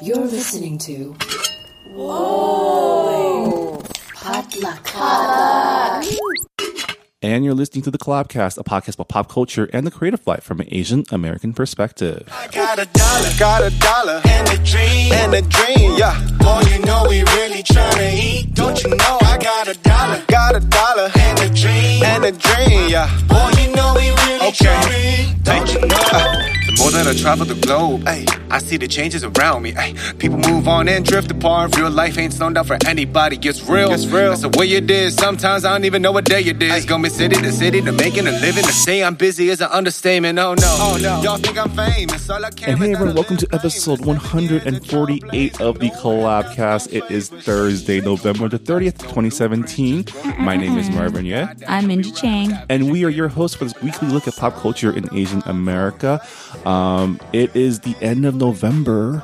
You're listening to. Whoa! And you're listening to the Collabcast, a podcast about pop culture and the creative life from an Asian American perspective. I got a dollar, got a dollar, and a dream, and a dream, yeah. Boy, you know we really tryna eat, don't you know? I got a dollar, got a dollar, and a dream, and a dream, yeah. Boy, you know we really tryna eat, don't you know? the more that I travel the globe, ay, I see the changes around me. Ay, people move on and drift apart. Real life ain't slowed down for anybody. It's real. It's real. That's the way it is. Sometimes I don't even know what day it is. Go me city to city to making a living. To say I'm busy is an understatement. Oh no. Oh no. Y'all think I'm famous. All I care And hey is that everyone, I welcome to live episode famous. Every day is a trouble. 148 of the Collabcast. It is Thursday, November the 30th, 2017. My name is Marvin Yeh, I'm Minji Chang. and we are your hosts for this weekly look at pop culture in Asian America. Um, it is the end of November.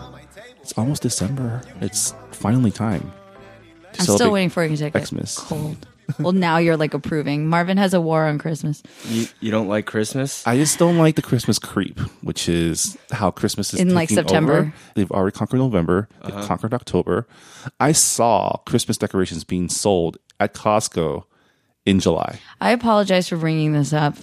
It's almost December. It's finally time. to I'm still celebrate waiting for you to get Xmas. cold. well, now you're like approving. Marvin has a war on Christmas. You, you don't like Christmas? I just don't like the Christmas creep, which is how Christmas is In, like, taking September. over. They've already conquered November. They've conquered October. I saw Christmas decorations being sold at Costco in July. I apologize for bringing this up.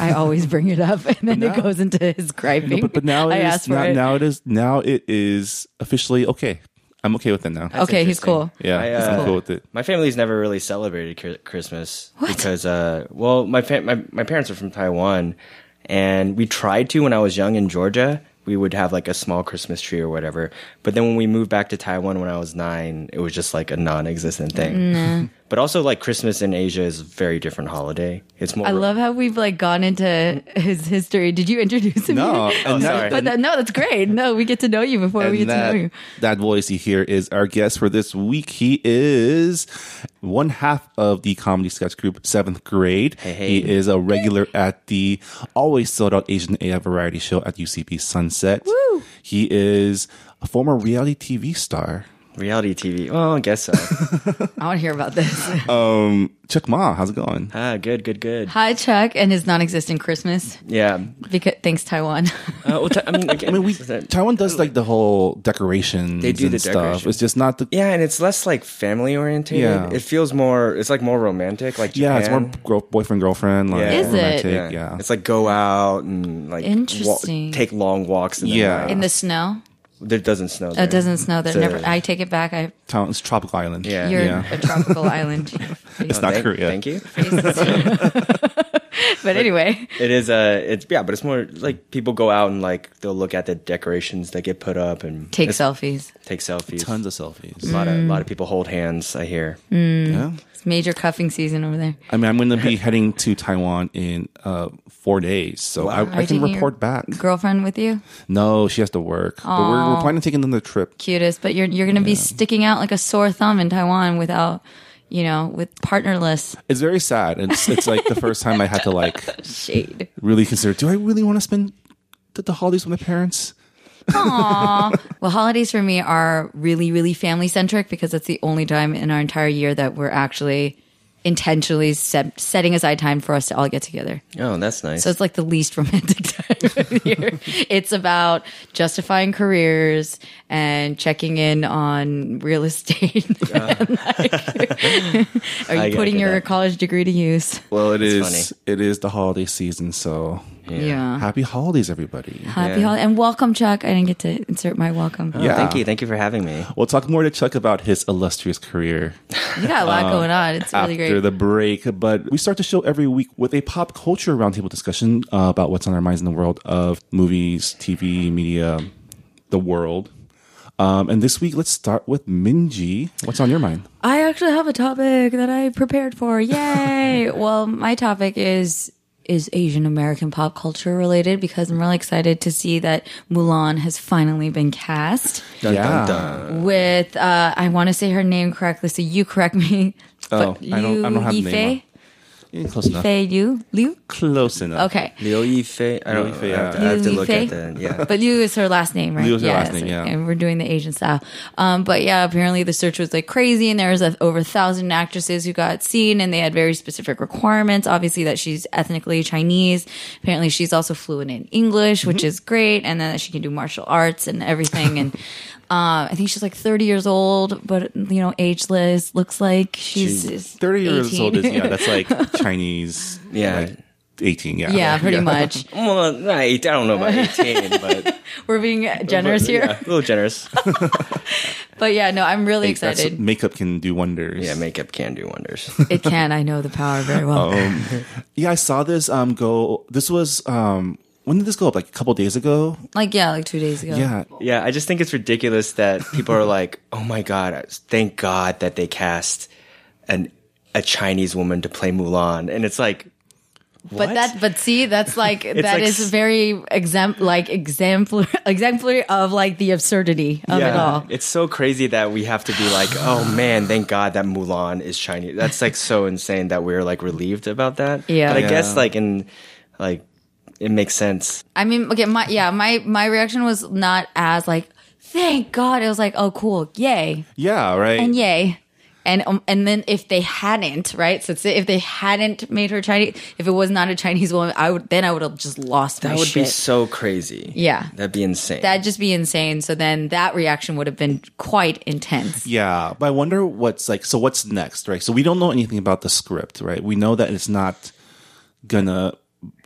I always bring it up, and then it goes into his griping. But, but now I it is asked for now, it. now it is now it is officially okay. I'm okay with it now. okay, he's interesting. cool. yeah, I, I'm uh, cool with it. My family's never really celebrated Chri- Christmas because, uh, well, my, fa- my my parents are from Taiwan, and we tried to when I was young in Georgia. We would have like a small Christmas tree or whatever, but then when we moved back to Taiwan when I was nine, it was just like a non-existent thing. Mm-hmm. But also, like Christmas in Asia is a very different holiday. It's more. I love how we've like gone into his history. Did you introduce him? No, yet? and sorry. that- but that, no, that's great. No, we get to know you before we and get that, to know you. that voice you hear is our guest for this week. He is one half of the comedy sketch group Seventh Grade. hey. He is a regular at the always sold out Asian AI variety show at UCB Sunset. Woo. He is a former reality TV star. reality TV. Well, I guess so. I want to hear about this. Chuck Ma, how's it going? ah, good, good, good. Hi, Chuck, and his non-existent Christmas. Yeah. Because thanks, Taiwan. Uh, well, t- I mean, again, I mean, we it's that- Taiwan does like the whole decorations They do and the stuff. decorations. It's just not the Yeah, and it's less like family oriented. Yeah. It feels more. It's like more romantic. Like yeah, Japan. it's more girl, boyfriend girlfriend. Like, Yeah. Is it? romantic, Yeah. yeah. it's like go out and like wa- Interesting. take long walks. In the Yeah. night. In the snow. there doesn't snow. Oh, There. it doesn't snow there. So- Never. I take it back. I Taiwan- it's tropical island. Yeah. You're Uh, Yeah. a tropical island. It's not Thank, Korea. thank you. but anyway, It is uh It's yeah, but it's more like people go out and like they'll look at the decorations that get put up and take Mm. it's- selfies. Take selfies. Tons of selfies. A lot of a lot of people hold hands. I hear. Mm. Yeah. It's major cuffing season over there. I mean, I'm going to be heading to Taiwan in uh, four days, so I, I Are can taking your report back. Girlfriend with you, No, she has to work, but we're, we're planning on taking another trip. cutest. But you're you're gonna be sticking out like a sore thumb in Taiwan without, you know, with partnerless It's very sad. It's it's like the first time I had to like shade. really consider: Do I really want to spend the, the holidays with my parents? Well, holidays for me are really really family centric because that's the only time in our entire year that we're actually intentionally set, setting aside time for us to all get together. Oh, that's nice. Mm. So it's like the least romantic time of the year. it's about justifying careers and checking in on real estate. And, like, are I you get- I putting get your that. college degree to use? Well, it It's is. It is the holiday season, so Yeah. happy holidays, everybody. Happy Yeah. hol- and welcome, Chuck. I didn't get to insert my welcome. Oh, Yeah. Thank you. Thank you for having me. We'll talk more to Chuck about his illustrious career You got a lot going on. It's really after great. the break. But we start the show every week with a pop culture roundtable discussion uh, about what's on our minds in the world of movies, TV, media, the world. Um, and this week, let's start with Minji. What's on your mind? I actually have a topic that I prepared for. Yay! well, my topic is is Asian American pop culture related because I'm really excited to see that Mulan has finally been cast. Dun, yeah. dun, dun. with uh, I want to say her name correctly, so you correct me. Oh, I don't- I don't have the name Yifei, Eh, Close enough. Yifei Liu, Liu. Close enough. Okay, Liu Yifei. I don't. Liu Yifei, I have to, yeah. I have to Liu look at Yifei? that. Yeah. but Liu is her last name, right? Liu is her last so- name, yeah. And we're doing the Asian style. Um, but yeah, apparently the search was like crazy, and there was uh, over a thousand actresses who got seen, and they had very specific requirements. Obviously, that she's ethnically Chinese. Apparently, Mm-hmm. she's also fluent in English, which is great, and then that she can do martial arts and everything, and. Uh, I think she's like 30 years old, but you know, ageless. Looks like she's, is 30 years 18. old is, yeah, that's like Chinese. Yeah. like 18, yeah. yeah, pretty much. Well, not eight, I don't know about 18, but. We're being generous but, here, Yeah, a little generous. but yeah, no, I'm really That's- excited. makeup can do wonders. yeah, makeup can do wonders. It can. I know the power very Oh, well. Yeah, I saw this um go. This was um when did this go up? Like a couple days ago. Like yeah, like two days ago. Yeah, Yeah, I just think it's ridiculous that people are like, "Oh my god, thank God that they cast an a Chinese woman to play Mulan," and it's like, But that, but see, that's like that is like s- very exempt, like exemplar, exemplary of like the absurdity of it all. it's so crazy that we have to be like, "Oh man, thank God that Mulan is Chinese." That's like so insane that we're like relieved about that. Yeah. but I guess Yeah. like in like it makes sense. I mean, okay, my yeah, my my reaction was not as like, thank God. It was like, oh, cool, yay, yeah, right. and yay. And, um, and then if they hadn't right so it's- if they hadn't made her Chinese if it was not a Chinese woman I would then I would have just lost my That would shit be so crazy. Yeah. that'd be insane. that'd just be insane so then that reaction would have been quite intense Yeah, but I wonder what's like. So what's next, right? So we don't know anything about the script, right? We know that it's not gonna.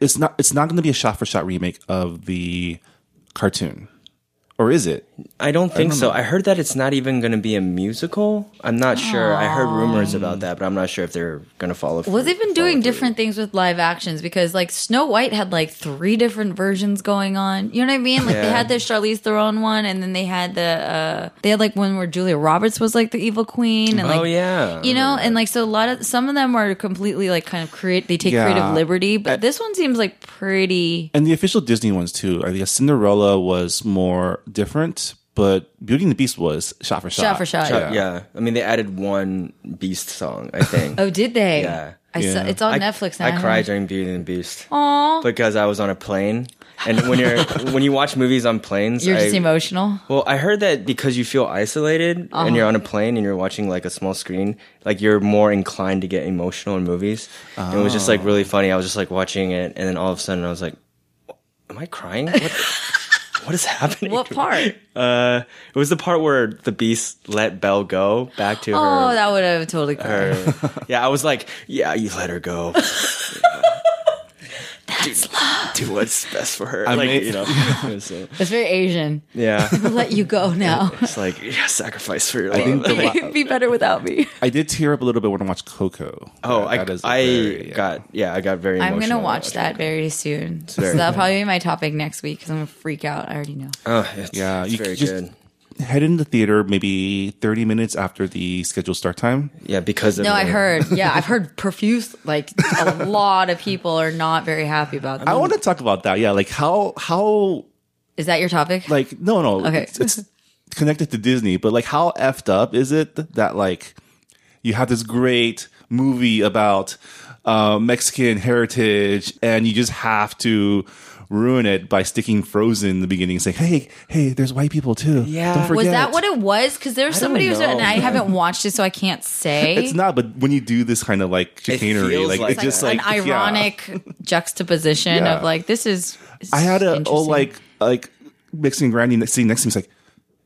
It's not. It's not gonna be a shot for shot remake of the cartoon, or is it? I don't think so. I heard that it's not even going to be a musical. I'm not sure. I heard rumors about that, but I'm not sure if they're going to follow. well through- they've been follow doing through. different things with live actions because like Snow White had like three different versions going on you know what I mean like they Yeah. had the Charlize Theron one and then they had the uh they had like one where Julia Roberts was like the evil queen and Oh like yeah, you know and like so a lot of some of them are completely like kind of create they take Yeah. creative liberty but this one seems like pretty And the official Disney ones too. I guess Cinderella was more different, but Beauty and the Beast was shot for shot. shot for shot yeah. I mean, they added one Beast song. I think. oh did they Yeah. I saw, Yeah. it's on I, Netflix now I cried during Beauty and the Beast Aw. because I was on a plane, and when you're when you watch movies on planes, you're just I- emotional Well, I heard that because you feel isolated and Uh-huh. you're on a plane and you're watching like a small screen, like you're more inclined to get emotional in movies. And it was just like really funny. I was just like watching it, and then all of a sudden I was like, "Am I crying? What, what is happening?" what part Uh, it was the part where the beast let Belle go back to oh her. that would have totally cried her- yeah, I was like, "Yeah, you let her go." That's do, love. do what's best for her. like mean- you know, it was, uh, that's very Asian yeah. I'll let you go now It's like yeah, sacrifice for your love. think the Like, be better without me I did tear up a little bit when I watched Coco. Oh, That- I, that is a I very- yeah. got yeah, I got very. I'm gonna emotional watch watching that very soon so very that'll probably be my topic next week because I'm gonna freak out I already know it. Oh, it's, Yeah, it's you very could just- good. head into the theater maybe 30 minutes after the scheduled start time. Yeah, because of no, I the- heard. Yeah, I've heard profuse. Like a lot of people are not very happy about that. I want to talk about that. Yeah, like how how Is that your topic? like no no Okay. it's, it's connected to Disney, but like how effed up is it that like you have this great movie about uh, Mexican heritage and you just have to ruin it by sticking Frozen in the beginning, saying hey hey there's white people too Yeah. don't forget was that what it was? Because there's somebody who's know, and I man. haven't watched it, so I can't say. it's not, but when you do this kind of like chicanery, feels like, like it's just that. like an yeah. ironic juxtaposition Yeah. of like this is. this I had is a oh interesting. like like mixing Granny next- sitting next to me. It's like,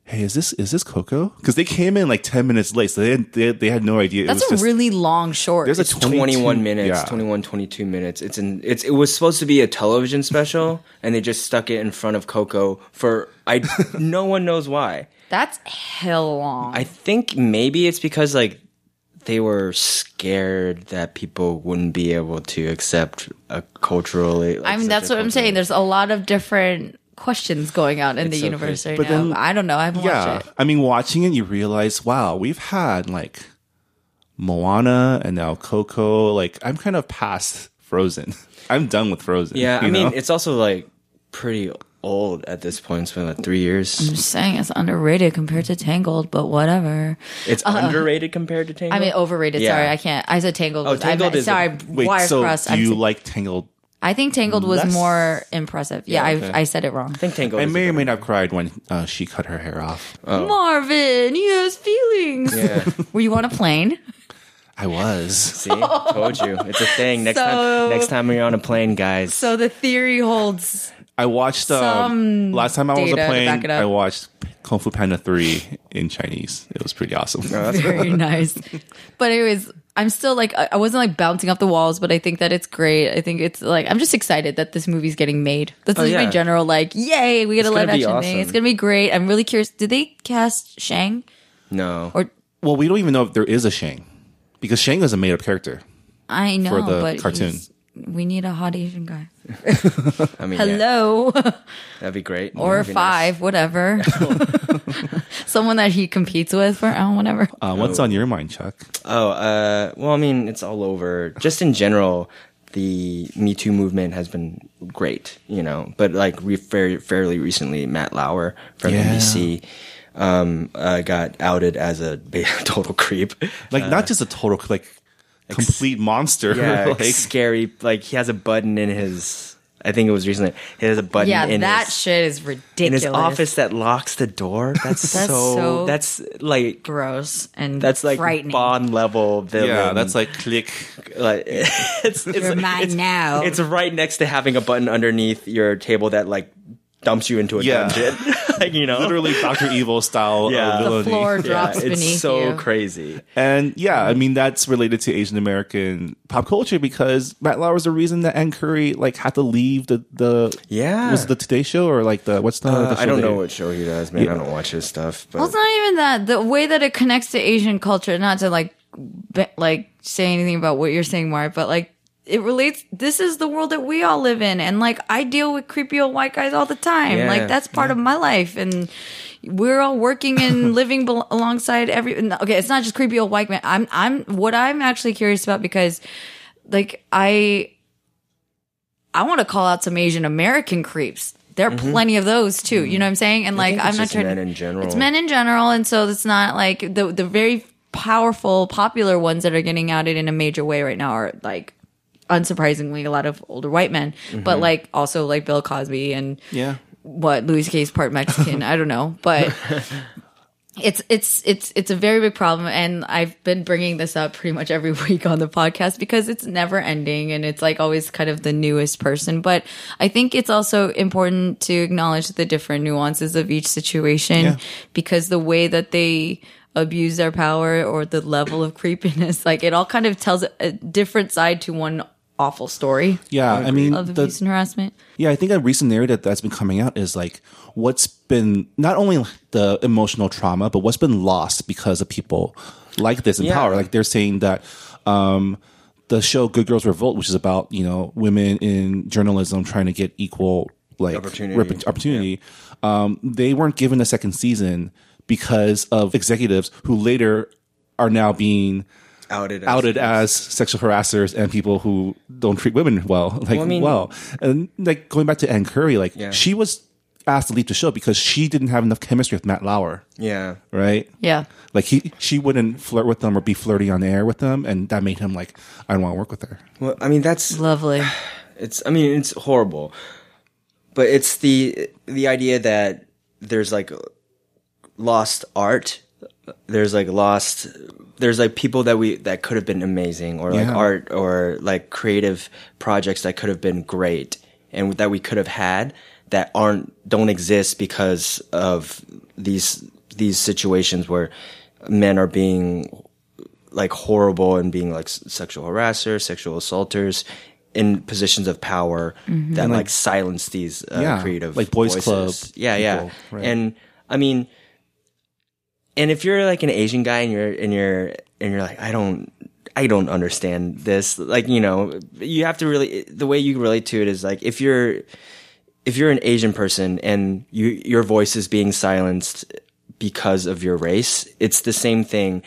hey, is this is this Coco? Because they came in like ten minutes late, so they had, they, they had no idea. That's it was just, a really long short. there's a 22 21 minutes, yeah. 21, 22 minutes. It's in, it's, it was supposed to be a television special and they just stuck it in front of Coco for, I, no one knows why. That's hell long. I think maybe it's because like they were scared that people wouldn't be able to accept a culturally. like, I mean, such that's a what I'm cultural- saying. There's a lot of different questions going on in the so universe right crazy. But now. then- I don't know. I haven't Yeah, watched it. I mean, watching it, you realize, wow, we've had like Moana and now Coco. Like, I'm kind of past Frozen. I'm done with Frozen. Yeah, I you mean, know? it's also like pretty old at this point. It's been like three years. I'm just saying it's underrated compared to Tangled, but whatever. It's underrated compared to Tangled. Uh-huh. I mean, overrated. Yeah. Sorry, I can't. I said Tangled. Oh, was, I Tangled meant, is a- sorry, wait. wire so crossed. do I'm you saying- like Tangled? I think Tangled was less- more impressive. Yeah, I, I said it wrong. I think Tangled. I is may or about- may not have cried when uh, she cut her hair off. Marvin, he has feelings. Yeah. Were you on a plane? I was. See, told you, it's a thing. Next So- time, next time you're on a plane, guys. So the theory holds. I watched um, last time I was data a to plane. back it up. I watched Kung Fu Panda 3 in Chinese. It was pretty awesome. Oh, very nice. But anyways, I'm still like I I wasn't like bouncing off the walls, but I think that it's great. I think it's like I'm just excited that this movie's getting made. That's Oh, just my yeah. general like, yay, we get a gonna live be action thing. awesome. It's gonna be great. I'm really curious. Did they cast Shang No. or well, we don't even know if there is a Shang because Shang is a made up character. I know For the but cartoon. he's- We need a hot Asian guy. I mean, yeah, Hello, that'd be great. or That'd be nice. five, whatever. Someone that he competes with for oh, whatever. Uh, What's on your mind, Chuck? Oh, uh, well, I mean, it's all over. Just in general, the Me Too movement has been great, you know. But like re- fairly, fairly recently, Matt Lauer from Yeah. NBC um, uh, got outed as a ba- total creep. Like, not just a total, like, complete monster. Uh, Yeah, like, like, scary. Like he has a button in his. I think it was recently. He has a button. Yeah, in that his, shit is ridiculous. in his office that locks the door. That's, That's so, so- That's like. gross and That's like frightening. Bond level villain. yeah, that's like click. like it's, it's You're mine it's, now. It's right next to having a button underneath your table that like dumps you into a Yeah. dungeon. like you know, literally Doctor Evil style Yeah. yeah. The the floor Yeah, drops it's beneath so you. crazy. And yeah, I mean that's related to Asian American pop culture because Matt Lauer was the reason that Ann Curry like had to leave the the Yeah. was it the Today Show or like the what's the, Uh, the show I don't that- know what show he does, man. I don't watch his stuff, but Well, it's not even that. The way that it connects to Asian culture, not to like, be, like say anything about what you're saying, Mark, but like it relates. This is the world that we all live in, and like I deal with creepy old white guys all the time. Yeah, like that's part of my life, and we're all working and living bel alongside every. no, Okay, it's not just creepy old white man. I'm I'm what I'm actually curious about because like I I want to call out some Asian American creeps. There are plenty of those too. You know what I'm saying? And like Mm-hmm. think I'm it's not just trying men in general. It's men in general, and so it's not like the the very powerful, popular ones that are getting outed in a major way right now are like unsurprisingly a lot of older white men. But like also like Bill Cosby and Yeah, what Louis C's part Mexican. I don't know, but it's it's it's it's a very big problem, and I've been bringing this up pretty much every week on the podcast because it's never ending, and it's like always kind of the newest person. But I think it's also important to acknowledge the different nuances of each situation Yeah. because the way that they abuse their power or the level of creepiness, like it all kind of tells a different side to one awful story yeah. I, mean of the- abuse and harassment. Yeah, I think a recent narrative that's been coming out is like what's been not only the emotional trauma, but what's been lost because of people like this in Yeah. power. Like they're saying that um, the show Good Girls Revolt, which is about you know women in journalism trying to get equal like Opportunity. rep- opportunity, um, they weren't given a second season because of executives who later are now being outed, as- outed as sexual harassers and people who don't treat women well, like well. I mean- And like going back to Ann Curry, like Yeah. she was asked to leave the show because she didn't have enough chemistry with Matt Lauer, Yeah, right? Yeah. Like he, she wouldn't flirt with them or be flirty on air with them, and that made him like, I don't want to work with her. well, I mean that's Lovely. It's I mean it's horrible, but it's the the idea that there's like lost art. There's like lost. There's like people that we that could have been amazing, or like Yeah. art, or like creative projects that could have been great, and that we could have had that aren't don't exist because of these these situations where men are being like horrible and being like s- sexual harassers, sexual assaulters in positions of power that like, silence these uh, Mm-hmm. Yeah, creative like Boys voices. Club Yeah, yeah. people, right. And I mean and if you're like an Asian guy and you're and you're and you're like I don't I don't understand this like you know you have to really the way you relate to it is like if you're if you're an Asian person and you, your voice is being silenced because of your race, it's the same thing.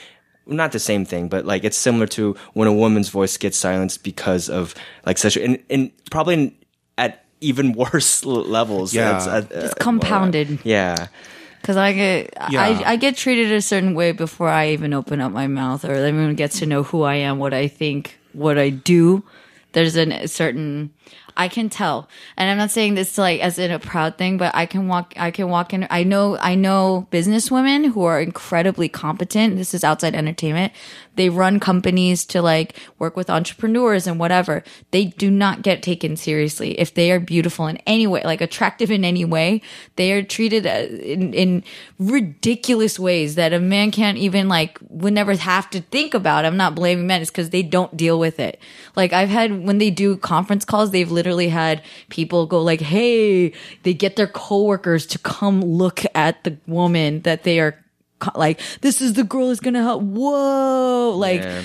Not the same thing, but like it's similar to when a woman's voice gets silenced because of like sexual and, and probably in- at even worse l- levels. uh, Yeah. It's compounded. yeah. Because I get Yeah. I, I get treated a certain way before I even open up my mouth, or everyone gets to know who I am, what I think, what I do. There's an, a certain I can tell, and I'm not saying this like as in a proud thing, but I can walk. I can walk in. I know. I know businesswomen who are incredibly competent. This is outside entertainment. They run companies to like work with entrepreneurs and whatever. They do not get taken seriously if they are beautiful in any way, like attractive in any way. They are treated uh, in, in ridiculous ways that a man can't even like would never have to think about. I'm not blaming men. It's because they don't deal with it. Like I've had when they do conference calls, they've literally had people go like, "Hey," they get their coworkers to come look at the woman that they are co- like, "This is the girl who's gonna help." Whoa, like. Yeah.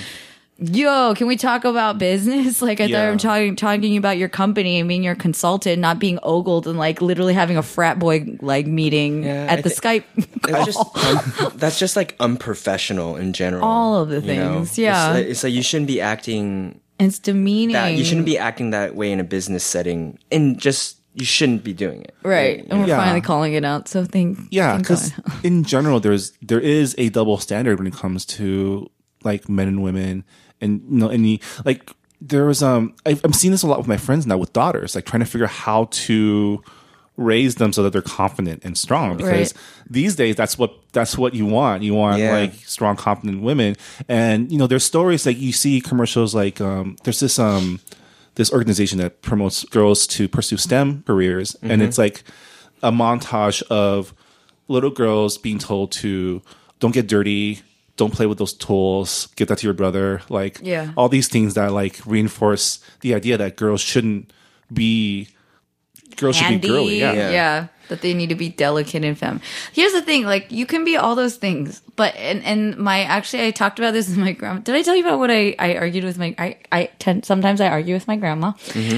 Yo, can we talk about business? Like I thought Yeah. I'm talking talking about your company and being your consultant, not being ogled and like literally having a frat boy like meeting Yeah, at I the thi- Skype That's just un- that's just like unprofessional in general. All of the you know? things, yeah. It's like, it's like you shouldn't be acting It's demeaning. that. You shouldn't be acting that way in a business setting, and just you shouldn't be doing it. right. And we're Yeah. finally calling it out. So thank yeah thank because God. in general there's there is a double standard when it comes to like men and women and you know any like there was um I've, i'm seeing this a lot with my friends now with daughters like trying to figure out how to raise them so that they're confident and strong because Right. these days that's what that's what you want you want Yeah. like strong confident women and you know there's stories like you see commercials like um there's this um this organization that promotes girls to pursue STEM careers, Mm-hmm. and it's like a montage of little girls being told to don't get dirty, don't play with those tools, give that to your brother, like Yeah. all these things that like reinforce the idea that girls shouldn't be girls should be girly, yeah. yeah. That they need to be delicate and femme. Here's the thing, like you can be all those things, but and and my actually I talked about this with my grandma. Did I tell you about what I I argued with my I I tend sometimes I argue with my grandma.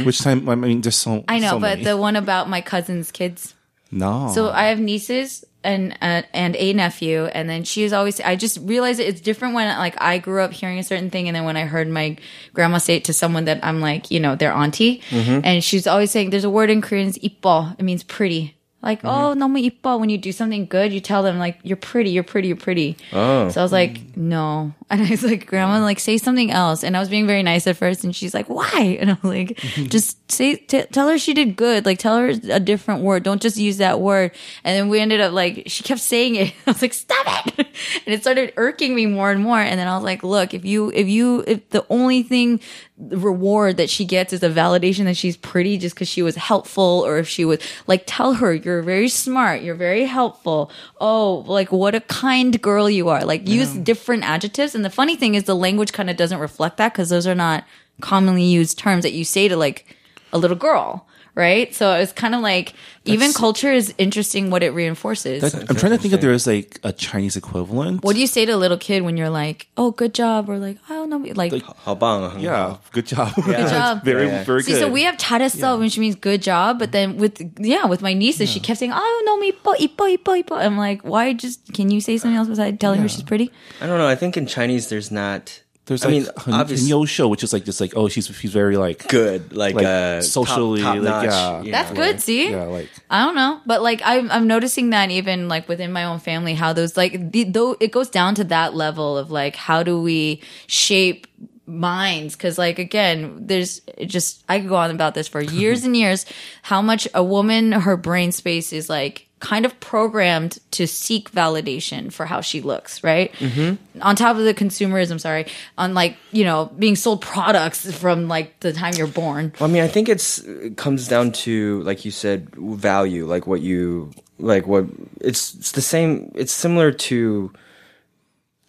Which time I mean, there's so I know, Mm, so but many. the one about my cousin's kids. no, So I have nieces and uh, and a nephew, and then she's always. I just realized that it's different when like I grew up hearing a certain thing, and then when I heard my grandma say it to someone that I'm like, you know, their auntie, and she's always saying, "There's a word in Korean, it's 이뻐. It means pretty." Like, oh, 너무 이뻐. When you do something good, you tell them like, "You're pretty. You're pretty. You're pretty." Oh. So I was like, no, and I was like, Grandma, like say something else. And I was being very nice at first, and she's like, why? And I'm like, just say, t- tell her she did good. Like tell her a different word. Don't just use that word. And then we ended up like she kept saying it. I was like, stop it. And it started irking me more and more. And then I was like, look, if you, if you, if the only thing the reward that she gets is a validation that she's pretty just because she was helpful or if she was like tell her you're very smart you're very helpful oh like what a kind girl you are like use different adjectives and the funny thing is the language kind of doesn't reflect that because those are not commonly used terms that you say to like a little girl right so it's kind of like even culture is interesting what it reinforces That- I'm trying to think if there is like a Chinese equivalent. what do you say to a little kid when you're like oh good job or like i don't know like, How bang? yeah, good job. Good job. very, Yeah. very See, good. so we have 잘했어, which means good job. But then with yeah, with my nieces, she kept saying, "Oh no, me ipo ipo ipo ipo." I'm like, why? Just can you say something else besides telling her she's pretty? I don't know. I think in Chinese there's not. There's I like mean, obviously Yo Show, which is like just like oh she's she's very like good, like, Like, uh, top- socially, top, like, notch, yeah. you That's know? good. See, yeah like I don't know, but like I'm, I'm noticing that even like within my own family, how those like the, though it goes down to that level of like how do we shape minds? Because like again, there's it just I could go on about this for years and years. How much a woman her brain space is like kind of programmed to seek validation for how she looks, right? Mm-hmm. on top of the consumerism, sorry, on like, you know, being sold products from like the time you're born. Well, I mean, I think it's it comes down to like you said, value, like what you like what it's it's the same. It's similar to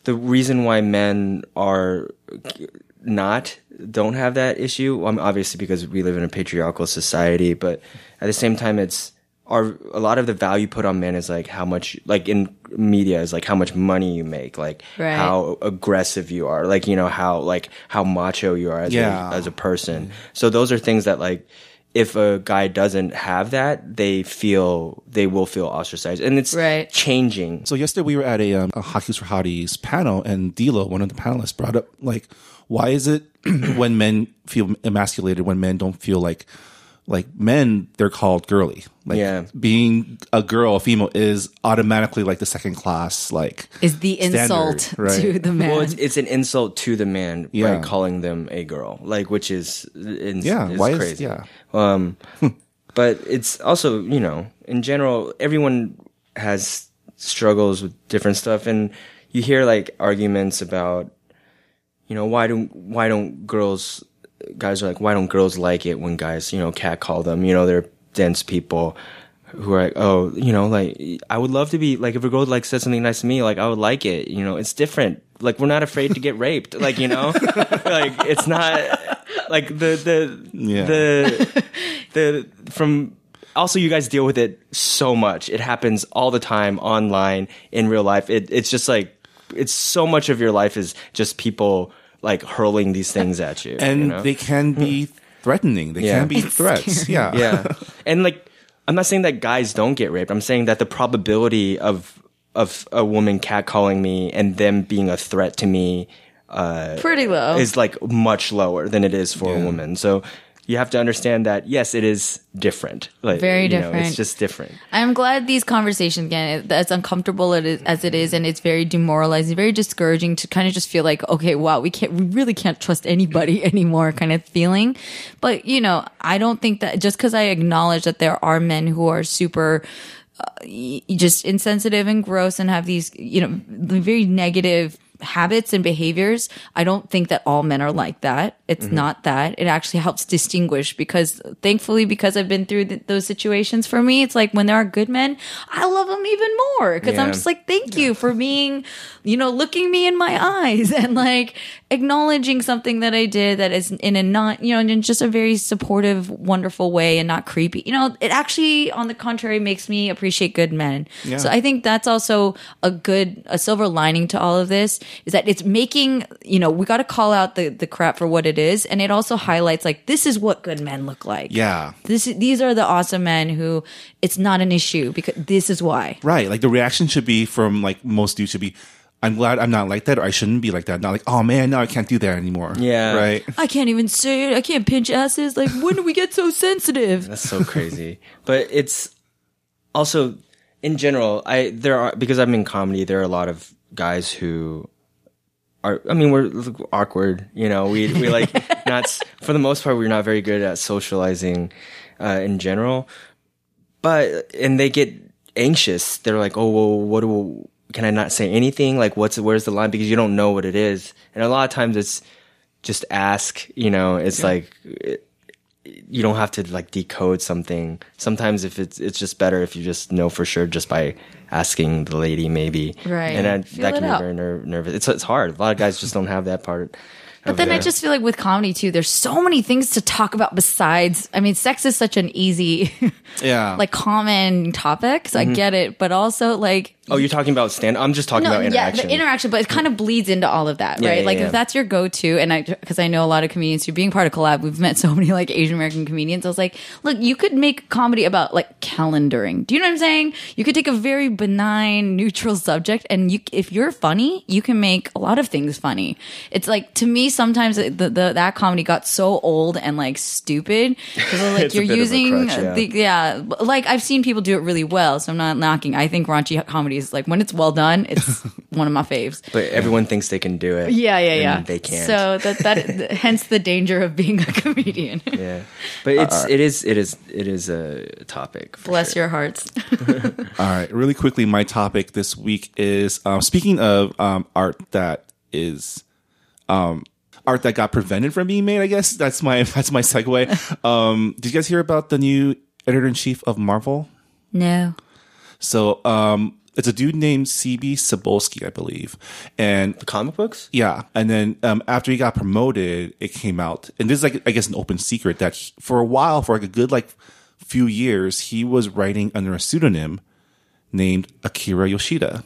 the reason why men are not don't have that issue. Well, I mean, obviously because we live in a patriarchal society, but at the same time, it's our a lot of the value put on men is like how much like in media is like how much money you make, like Right. how aggressive you are, like you know how like how macho you are as Yeah. a, as a person. So those are things that like if a guy doesn't have that, they feel they will feel ostracized, and it's Right. changing. So yesterday we were at a, um, a Hockey's for Hotties panel, and Dilo, one of the panelists, brought up like, why is it when men feel emasculated, when men don't feel like like men, they're called girly. Like Yeah. being a girl, a female is automatically like the second class. Like Is the standard, insult right? to the man? Well, it's, it's an insult to the man Yeah. by calling them a girl, like which is ins- yeah. is why crazy. is yeah? Um, but it's also, you know, in general, everyone has struggles with different stuff, and you hear like arguments about, you know, why don't why don't girls, guys are like, why don't girls like it when guys, you know, catcall them? You know, they're dense people who are like, oh, you know, like I would love to be like if a girl like said something nice to me, like I would like it. You know, it's different. Like we're not afraid to get raped. Like you know, like it's not like the the Yeah. the the from. Also, you guys deal with it so much. It happens all the time online in real life. It, it's just like it's so much of your life is just people like hurling these things at you, And you know? they can be threatening. They Yeah. can be Hmm. It's threats. scary. Yeah. yeah and like i'm not saying that guys don't get raped i'm saying that the probability of of a woman catcalling me and them being a threat to me uh pretty low. is like much lower than it is for a woman so you have to understand that yes it is different like Very you know, different. it's just different I'm glad these conversations again, as uncomfortable it is, as it is, and it's very demoralizing, very discouraging to kind of just feel like, okay, wow, we can't, we really can't trust anybody anymore, kind of feeling. But you know, I don't think that just because I acknowledge that there are men who are super just insensitive and gross and have these, you know, very negative habits and behaviors. I don't think that all men are like that. It's not that. It actually helps distinguish because thankfully, because I've been through th- those situations for me, it's like when there are good men, I love them even more because I'm Yeah. just like, thank you for being, you know, looking me in my eyes and like acknowledging something that I did that is in a not, you know, in just a very supportive, wonderful way and not creepy. You know, it actually, on the contrary, makes me appreciate good men. So I think that's also a good, a silver lining to all of this is that it's making, you know, we got to call out the, the crap for what it is. And it also highlights like, this is what good men look like. Yeah. This, these are the awesome men who it's not an issue because this is why. Right. Like the reaction should be from like most dudes should be, I'm glad I'm not like that or I shouldn't be like that. Not like, oh man, now I can't do that anymore. Yeah. Right. I can't even say it. I can't pinch asses. Like, when do we get so sensitive? That's so crazy. but it's also in general, I there are because I'm in comedy, there are a lot of guys who are I mean, we're awkward, you know. We we like not s- for the most part we're not very good at socializing uh in general. But and they get anxious. They're like, "Oh, well, what do can I not say anything? Like what's where's the line because you don't know what it is." And a lot of times it's just ask, you know, it's like you don't have to like decode something. Sometimes if it's it's just better if you just know for sure just by asking the lady maybe. Right. And I, Feel that it can be out. very ner- nervous. It's it's hard. A lot of guys just don't have that part. But of then I it. just feel like with comedy too, there's so many things to talk about besides. I mean, sex is such an easy, Yeah. like, common topic. So I get it. But also, like, Mm-hmm. Oh, you're talking about stand. I'm just talking about interaction. Yeah, the interaction, but it kind of bleeds into all of that, Yeah, right? yeah, like yeah. if that's your go-to, and I because I know a lot of comedians who being part of collab, we've met so many like Asian American comedians. I was like, look, you could make comedy about like calendaring. Do you know what I'm saying? You could take a very benign, neutral subject, and you if you're funny, you can make a lot of things funny. It's like to me sometimes the, the that comedy got so old and like stupid because like It's a you're bit of a using crutch, yeah. the yeah, like I've seen people do it really well, so I'm not knocking. I think raunchy comedy is like when it's well done, it's one of my faves. but everyone thinks they can do it. Yeah, yeah, and yeah. They can't. So that that hence the danger of being a comedian. yeah. But Uh-uh. it's it is it is it is a topic. for Bless sure. your hearts. All right. Really quickly, my topic this week is um, speaking of um, art that is um, art that got prevented from being made. I guess that's my that's my segue. um, did you guys hear about the new editor in chief of Marvel? No. So um, it's a dude named CB Sibolsky, I believe, and comic books. yeah, and then um, after he got promoted, it came out, and this is like I guess an open secret that he- for a while, for like a good like few years, he was writing under a pseudonym named Akira Yoshida.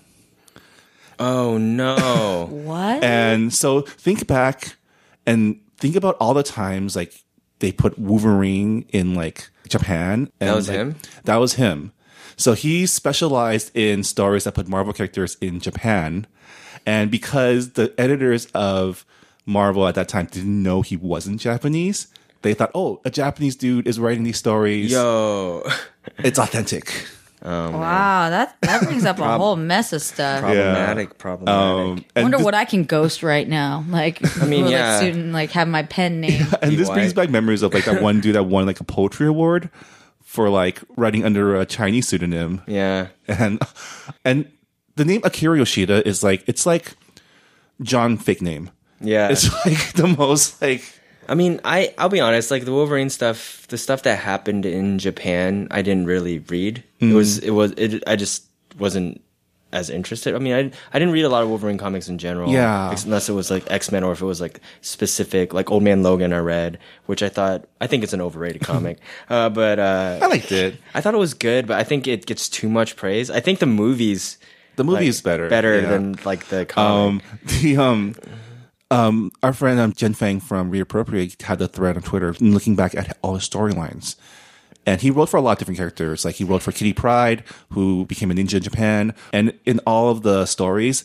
Oh no. What? Oh, And so think back and think about all the times like they put Wolverine in like Japan. And, That was like, him? That was him. So he specialized in stories that put Marvel characters in Japan. And because the editors of Marvel at that time didn't know he wasn't Japanese, They thought, oh, a Japanese dude is writing these stories. Yo, It's authentic. Wow, that that brings up a whole mess of stuff. problematic, problematic. Um, I and wonder this, what I can ghost right now. Like, I mean, yeah. student, like have my pen name. and this Be brings back white. memories of like that one dude that won like a poetry award for like writing under a Chinese pseudonym. yeah, and and the name Akira Yoshida is like it's like John fake name. yeah. It's like the most like I mean, I I'll be honest. Like the Wolverine stuff, the stuff that happened in Japan, I didn't really read. It was Hmm. it was it. I just wasn't as interested. I mean, I I didn't read a lot of Wolverine comics in general. Yeah. ex- unless it was like X Men or if it was like specific, like Old Man Logan. I read, which I thought I think it's an overrated comic. uh, but uh, I liked it. I thought it was good, but I think it gets too much praise. I think the movies. The movie like, is better. Better yeah. than like the comic. um the um um our friend um Jen Fang from Reappropriate had a thread on Twitter looking back at all his storylines. And he wrote for a lot of different characters. Like he wrote for Kitty Pride, who became a ninja in Japan. And in all of the stories,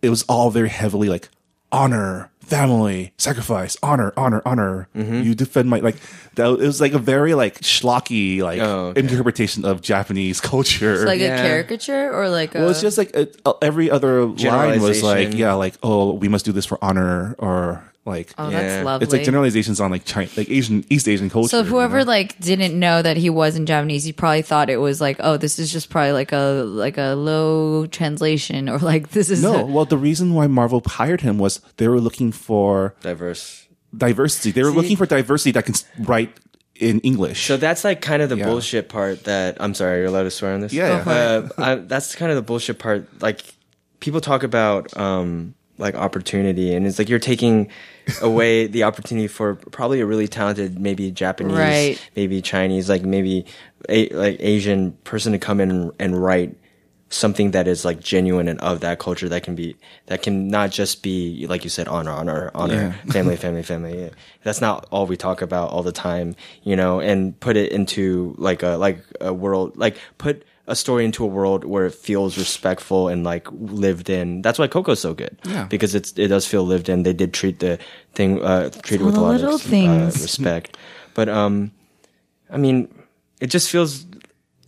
it was all very heavily like honor, family, sacrifice, honor, honor, honor. Mm-hmm. You defend my like. That, it was like a very like schlocky like Oh, okay. interpretation of Japanese culture. It's like Yeah. a caricature or like a. Well, it's just like uh, uh, every other line was like, Generalization. yeah, like oh, we must do this for honor, or like Oh, Yeah. that's lovely. it's like generalizations on like China, like Asian, East Asian culture. So you whoever know? like didn't know that he wasn't Japanese, he probably thought it was like, oh, this is just probably like a like a low translation or like this is no, a- well, the reason why Marvel hired him was they were looking for diverse. diversity. They were looking for diversity that can s- write in English. So that's like kind of the Yeah. bullshit part that I'm sorry, you're allowed to swear on this. Yeah, Go yeah. for Uh, I, that's kind of the bullshit part. Like people talk about um, like opportunity, and it's like you're taking away the opportunity for probably a really talented, maybe Japanese, Right. maybe Chinese, like maybe a, like Asian person to come in and, and write something that is like genuine and of that culture that can be that can not just be like you said honor honor honor family family family yeah. that's not all we talk about all the time you know and put it into like a like a world like put a story into a world where it feels respectful and like lived in that's why coco's so good Yeah. because it's it does feel lived in they did treat the thing uh treat it with a all the lot little of things. Uh, respect but um i mean it just feels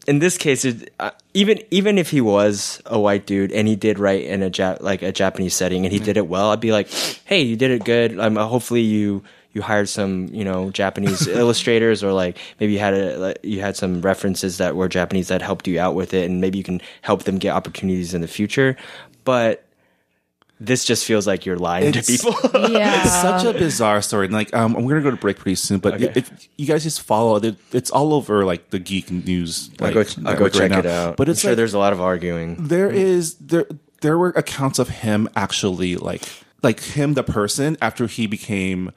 in this case, it, uh, even even if he was a white dude and he did write in a ja- like a Japanese setting Mm-hmm. and he did it well, I'd be like, "Hey, you did it good. Um, uh, hopefully you you hired some you know Japanese illustrators or like maybe you had a like, you had some references that were Japanese that helped you out with it, and maybe you can help them get opportunities in the future." But this just feels like you're lying It's- to people. yeah. It's such a bizarre story. And like, um, I'm gonna go to break pretty soon, but uh, Okay. if you guys just follow it, it's all over like the geek news. Like, network right now. But it's I'm sure like, there's a lot of arguing. there is there there were accounts of him actually like like him the person after he became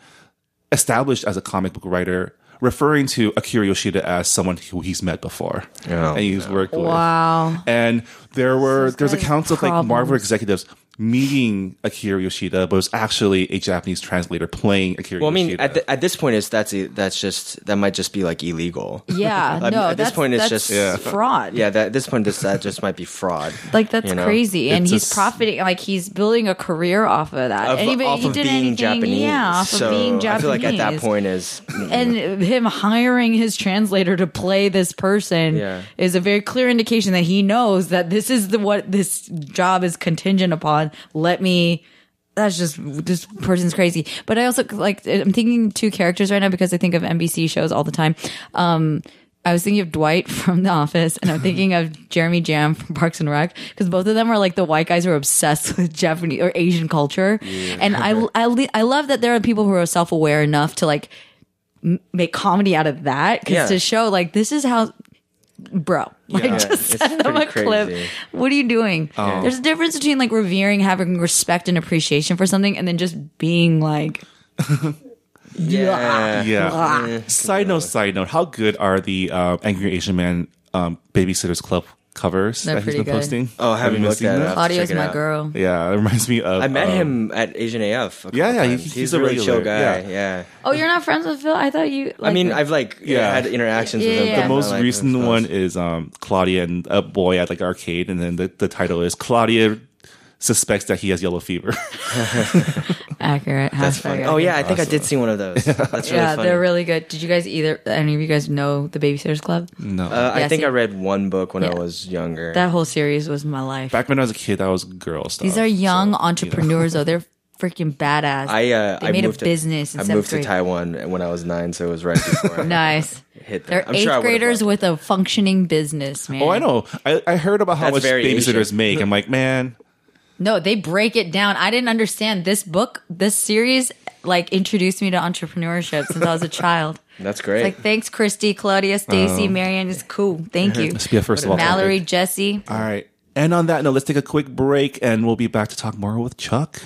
established as a comic book writer referring to Akira Yoshida as someone who he's met before Oh, and he's worked with Wow. and there were there's guys accounts of like Marvel problems. executives meeting Akira Yoshida but it was actually a Japanese translator playing Akira Well, I mean, Yoshida at, the, at this point, is that's e- that's just that might just be like illegal. yeah. I mean, no. at this that's- point, it's that's just- Yeah. fraud. Yeah, that, at this point, this that just might be fraud. Like that's you know? crazy, and It's he's just- profiting. Like he's building a career off of that, Of, and he, off he of did being anything, Japanese. yeah, off so of being Japanese. I feel like at that point is and him hiring his translator to play this person Yeah. is a very clear indication that he knows that this is the what this job is contingent upon. Let me. That's just this person's crazy. But I also like I'm thinking two characters right now because I think of NBC shows all the time. Um, I was thinking of Dwight from The Office, and I'm thinking of Jeremy Jam from Parks and Rec because both of them are like the white guys who are obsessed with Japanese or Asian culture. And I, I le- I love that there are people who are self aware enough to like make comedy out of that because Yeah. to show like this is how bro like Yeah. just It's send them a pretty crazy. Oh. clip what are you doing there's a difference between like revering having respect and appreciation for something and then just being like Uh, yeah. yeah ah. Side note, side note. How good are the uh, Angry Asian Man um, Babysitters Club covers They're that he's pretty been good. posting? Oh, I haven't Have you looked seen at it. that? I'll have to audio's check it my out. girl Yeah, it reminds me of. I met uh, him at Asian AF. a couple Yeah, yeah, he- times. he's he's, a a really regular, chill guy. yeah. Yeah. oh you're not friends with phil i thought you I like, mean, I've like Yeah. had interactions Yeah, with him. yeah, but yeah. The not, most like, recent close. one is um, Claudia and a boy at like arcade, and then the, the title is Claudia suspects that he has yellow fever. Accurate. That's funny. Oh yeah, I think I did see one of those. That's really yeah, funny. they're really good. Did you guys either any of you guys know the Babysitters Club? no. Uh, I Yeah, think see- I read one book when I Yeah. was younger. That whole series was my life. Back when I was a kid, that was girl stuff. These are young so, you know. entrepreneurs, though. They're freaking badass. I uh, they I made moved a business. To, in I seventh moved grade. to Taiwan when I was nine, so it was right before. I Nice. Hit that. They're I'm eighth sure I would've graders loved with a functioning business, man. Oh, I know. I, I heard about how That's much very babysitters Asian. make. I'm like, man, No, they break it down. I didn't understand this book, this series, like introduced me to entrepreneurship since I was a child. it. That's It's great. like, thanks, Christy, Claudia, Oh. Stacy, Marianne. It's cool. Thank you. let's be a first of all. Mallory, Jesse. All right. And on that note, let's take a quick break and we'll be back to talk more with Chuck.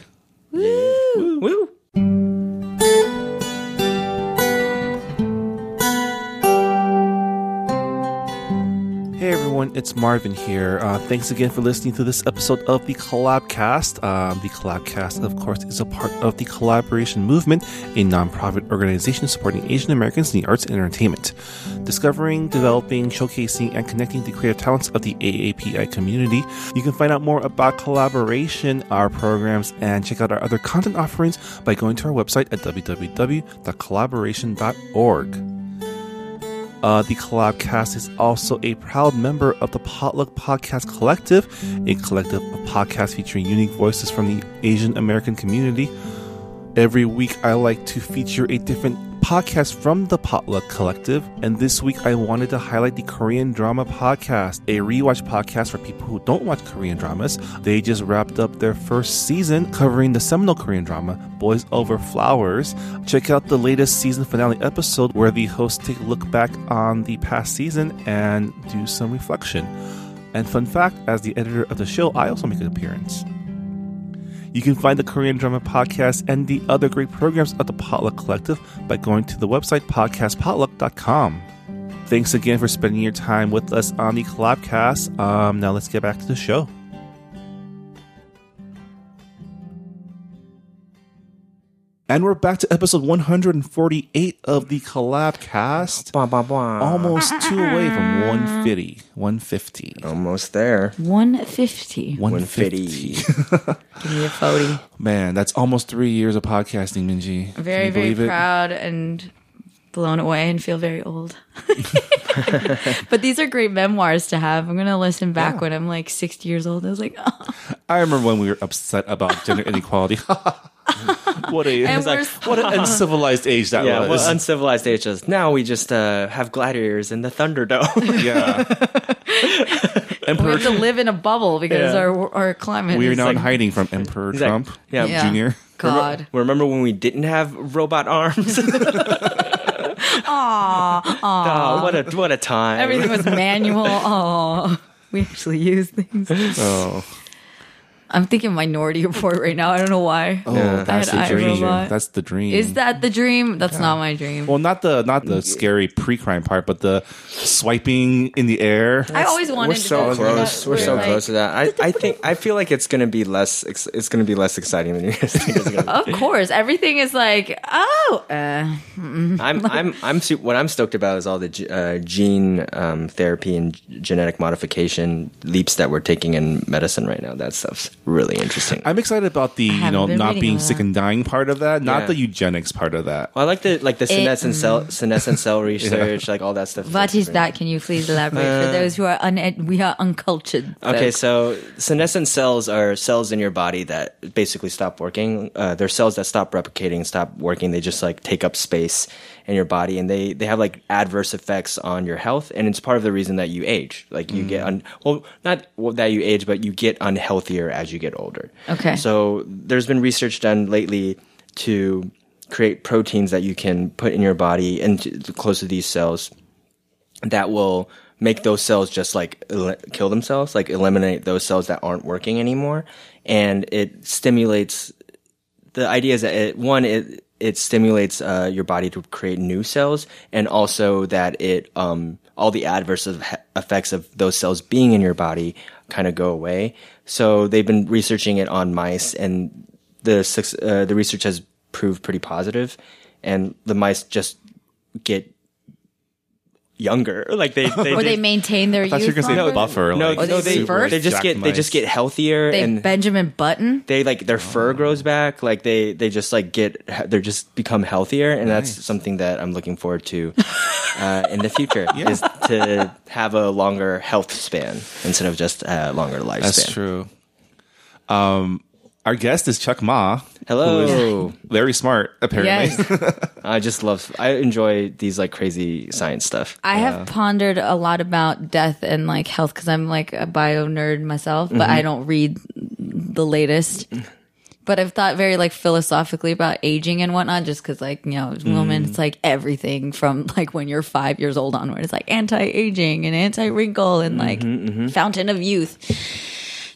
Woo! Woo! Hey everyone, it's Marvin here. Uh, thanks again for listening to this episode of the Collabcast. Um, the Collabcast, of course, is a part of the Collaboration Movement, a nonprofit organization supporting Asian Americans in the arts and entertainment. Discovering, developing, showcasing, and connecting the creative talents of the AAPI community. You can find out more about collaboration, our programs, and check out our other content offerings by going to our website at www.collaboration.org. Uh, the Collabcast is also a proud member of the Potluck Podcast Collective, a collective of podcasts featuring unique voices from the Asian American community. Every week, I like to feature a different podcast from the Potluck Collective, and this week I wanted to highlight the Korean Drama Podcast, a rewatch podcast for people who don't watch Korean dramas. They just wrapped up their first season covering the seminal Korean drama, Boys Over Flowers. Check out the latest season finale episode where the hosts take a look back on the past season and do some reflection. And fun fact as the editor of the show, I also make an appearance. You can find the Korean Drama Podcast and the other great programs of the Potluck Collective by going to the website podcastpotluck.com. Thanks again for spending your time with us on the Collabcast. Um, now let's get back to the show. And we're back to episode 148 of the Collabcast. Bah, bah, bah. Almost two away from 150. 150. Almost there. 150. 150. Give me a 40. Man, that's almost three years of podcasting, Minji. Can Very, you very believe it? proud and blown away and feel very old. but these are great memoirs to have. I'm going to listen back when I'm like 60 years old. I was like, oh. I remember when we were upset about gender inequality. what a And it's like, we're what an uncivilized age that Yeah, was. well, uncivilized ages. Now we just uh, have gladiators in the Thunderdome. yeah. we Emperor. have to live in a bubble because Yeah. our, our climate We are is now in like, hiding from Emperor He's like, Trump yeah. Yeah. Junior. God. Remember when we didn't have robot arms? Aw, what a what a time! Everything was manual. Oh, we actually use things. Oh, I'm thinking Minority Report right now. I don't know why. oh, that's the Bad dream. iRobot. That's the dream. Is that the dream? That's not my dream. well, not the not the scary pre-crime part, but the swiping in the air. I always wanted we're to so go through close. that. We're so like- close to that. I, I think I feel like it's gonna be less. ex- It's gonna be less exciting than you guys think. It's gonna Of course, everything is like, oh, uh, be. I'm I'm I'm su- what I'm stoked about is all the ge- uh, gene um, therapy and g- genetic modification leaps that we're taking in medicine right now. That stuff's really interesting. I'm excited about the you haven't know been not reading being about sick that. and dying part of that, not Yeah. the eugenics part of that. Well, I like the like the senescent cell senescent cell research, like all that stuff. what is that? Can you please elaborate Uh, for those who are un- we are uncultured? Okay, folk. so senescent cells are cells in your body that basically stop working. Uh, they're cells that stop replicating, stop working. They just like take up space in your body, and they they have like adverse effects on your health. And it's part of the reason that you age. Like you get un well, not well, that you age, but you get unhealthier as you get older. Okay. So there's been research done lately to create proteins that you can put in your body and to- close to these cells that will make those cells just like el- kill themselves, like eliminate those cells that aren't working anymore. And it stimulates the idea is that it, one, it, it stimulates uh, your body to create new cells and also that it, um, all the adverse of- effects of those cells being in your body kind of go away. So they've been researching it on mice and the, suc- uh, the research has proved pretty positive and the mice just get younger. Like they, they or they just- maintain their I thought youth. you were gonna say longer? buffer. no, like, no, they, super reverse? they just get they just jackknifed. get healthier They and Benjamin Button. they like their Oh. fur grows back like they they just like get they're just become healthier and that's something that i'm looking forward to uh, in the future is to have a longer health span instead of just a longer lifespan That's true. Um, our guest is Chuck Ma. Hello. who is Larry Smart. Apparently, Yes. i just love i enjoy these like crazy science stuff I have pondered a lot about death and like health because I'm like a bio nerd myself, but I don't read the latest. But I've thought very like philosophically about aging and whatnot, just because like you know, as women, it's like everything from like when you're five years old onward. It's like anti-aging and anti-wrinkle and like fountain of youth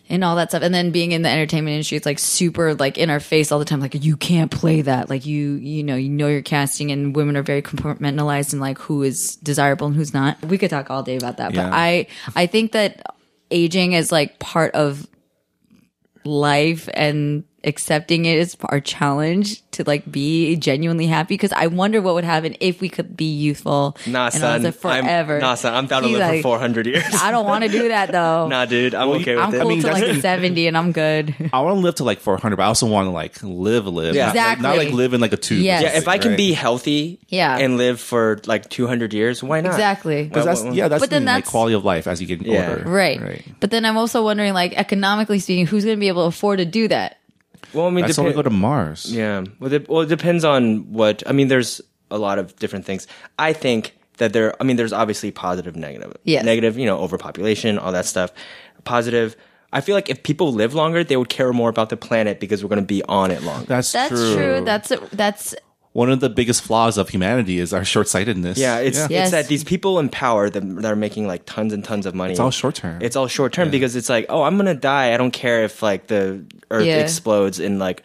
and all that stuff. And then being in the entertainment industry, it's like super like in our face all the time. Like you can't play that. Like you, you know, you know you're casting, and women are very compartmentalized and like who is desirable and who's not. We could talk all day about that, Yeah. but I, I think that aging is like part of life and accepting it is our challenge to like be genuinely happy because I wonder what would happen if we could be youthful nah and son also forever. i'm nah son i'm down to He's live like, for 400 years I don't want to do that though. nah dude i'm okay with I'm it cool mean, to that's like 70 and I'm good. I want to live to like 400, but I also want to like live, live. Yeah. Not, like- Not like Exactly. live in like a tube. Yes. yeah if i can Right. be healthy Yeah. and live for like 200 years why not Exactly. Because that's yeah, that's But the then like that's- quality of life as you get Yeah. older. Right. Right. But then I'm also wondering, like, economically speaking, who's going to be able to afford to do that? well i mean That's why we depen- go to Mars. Yeah. Well, it, well, it depends on what. I mean, there's a lot of different things. I think that there. I mean, there's obviously positive, negative. Yes. Negative, you know, overpopulation, all that stuff. Positive. I feel like if people live longer, they would care more about the planet because we're going to be on it longer. That's, That's true. true. That's that's One of the biggest flaws of humanity is our short sightedness. Yeah, it's it's Yes. that these people in power that, that are making like tons and tons of money. It's all short-term. It's all short term because it's like, oh, I'm gonna die. I don't care if like the Earth Yeah. explodes in like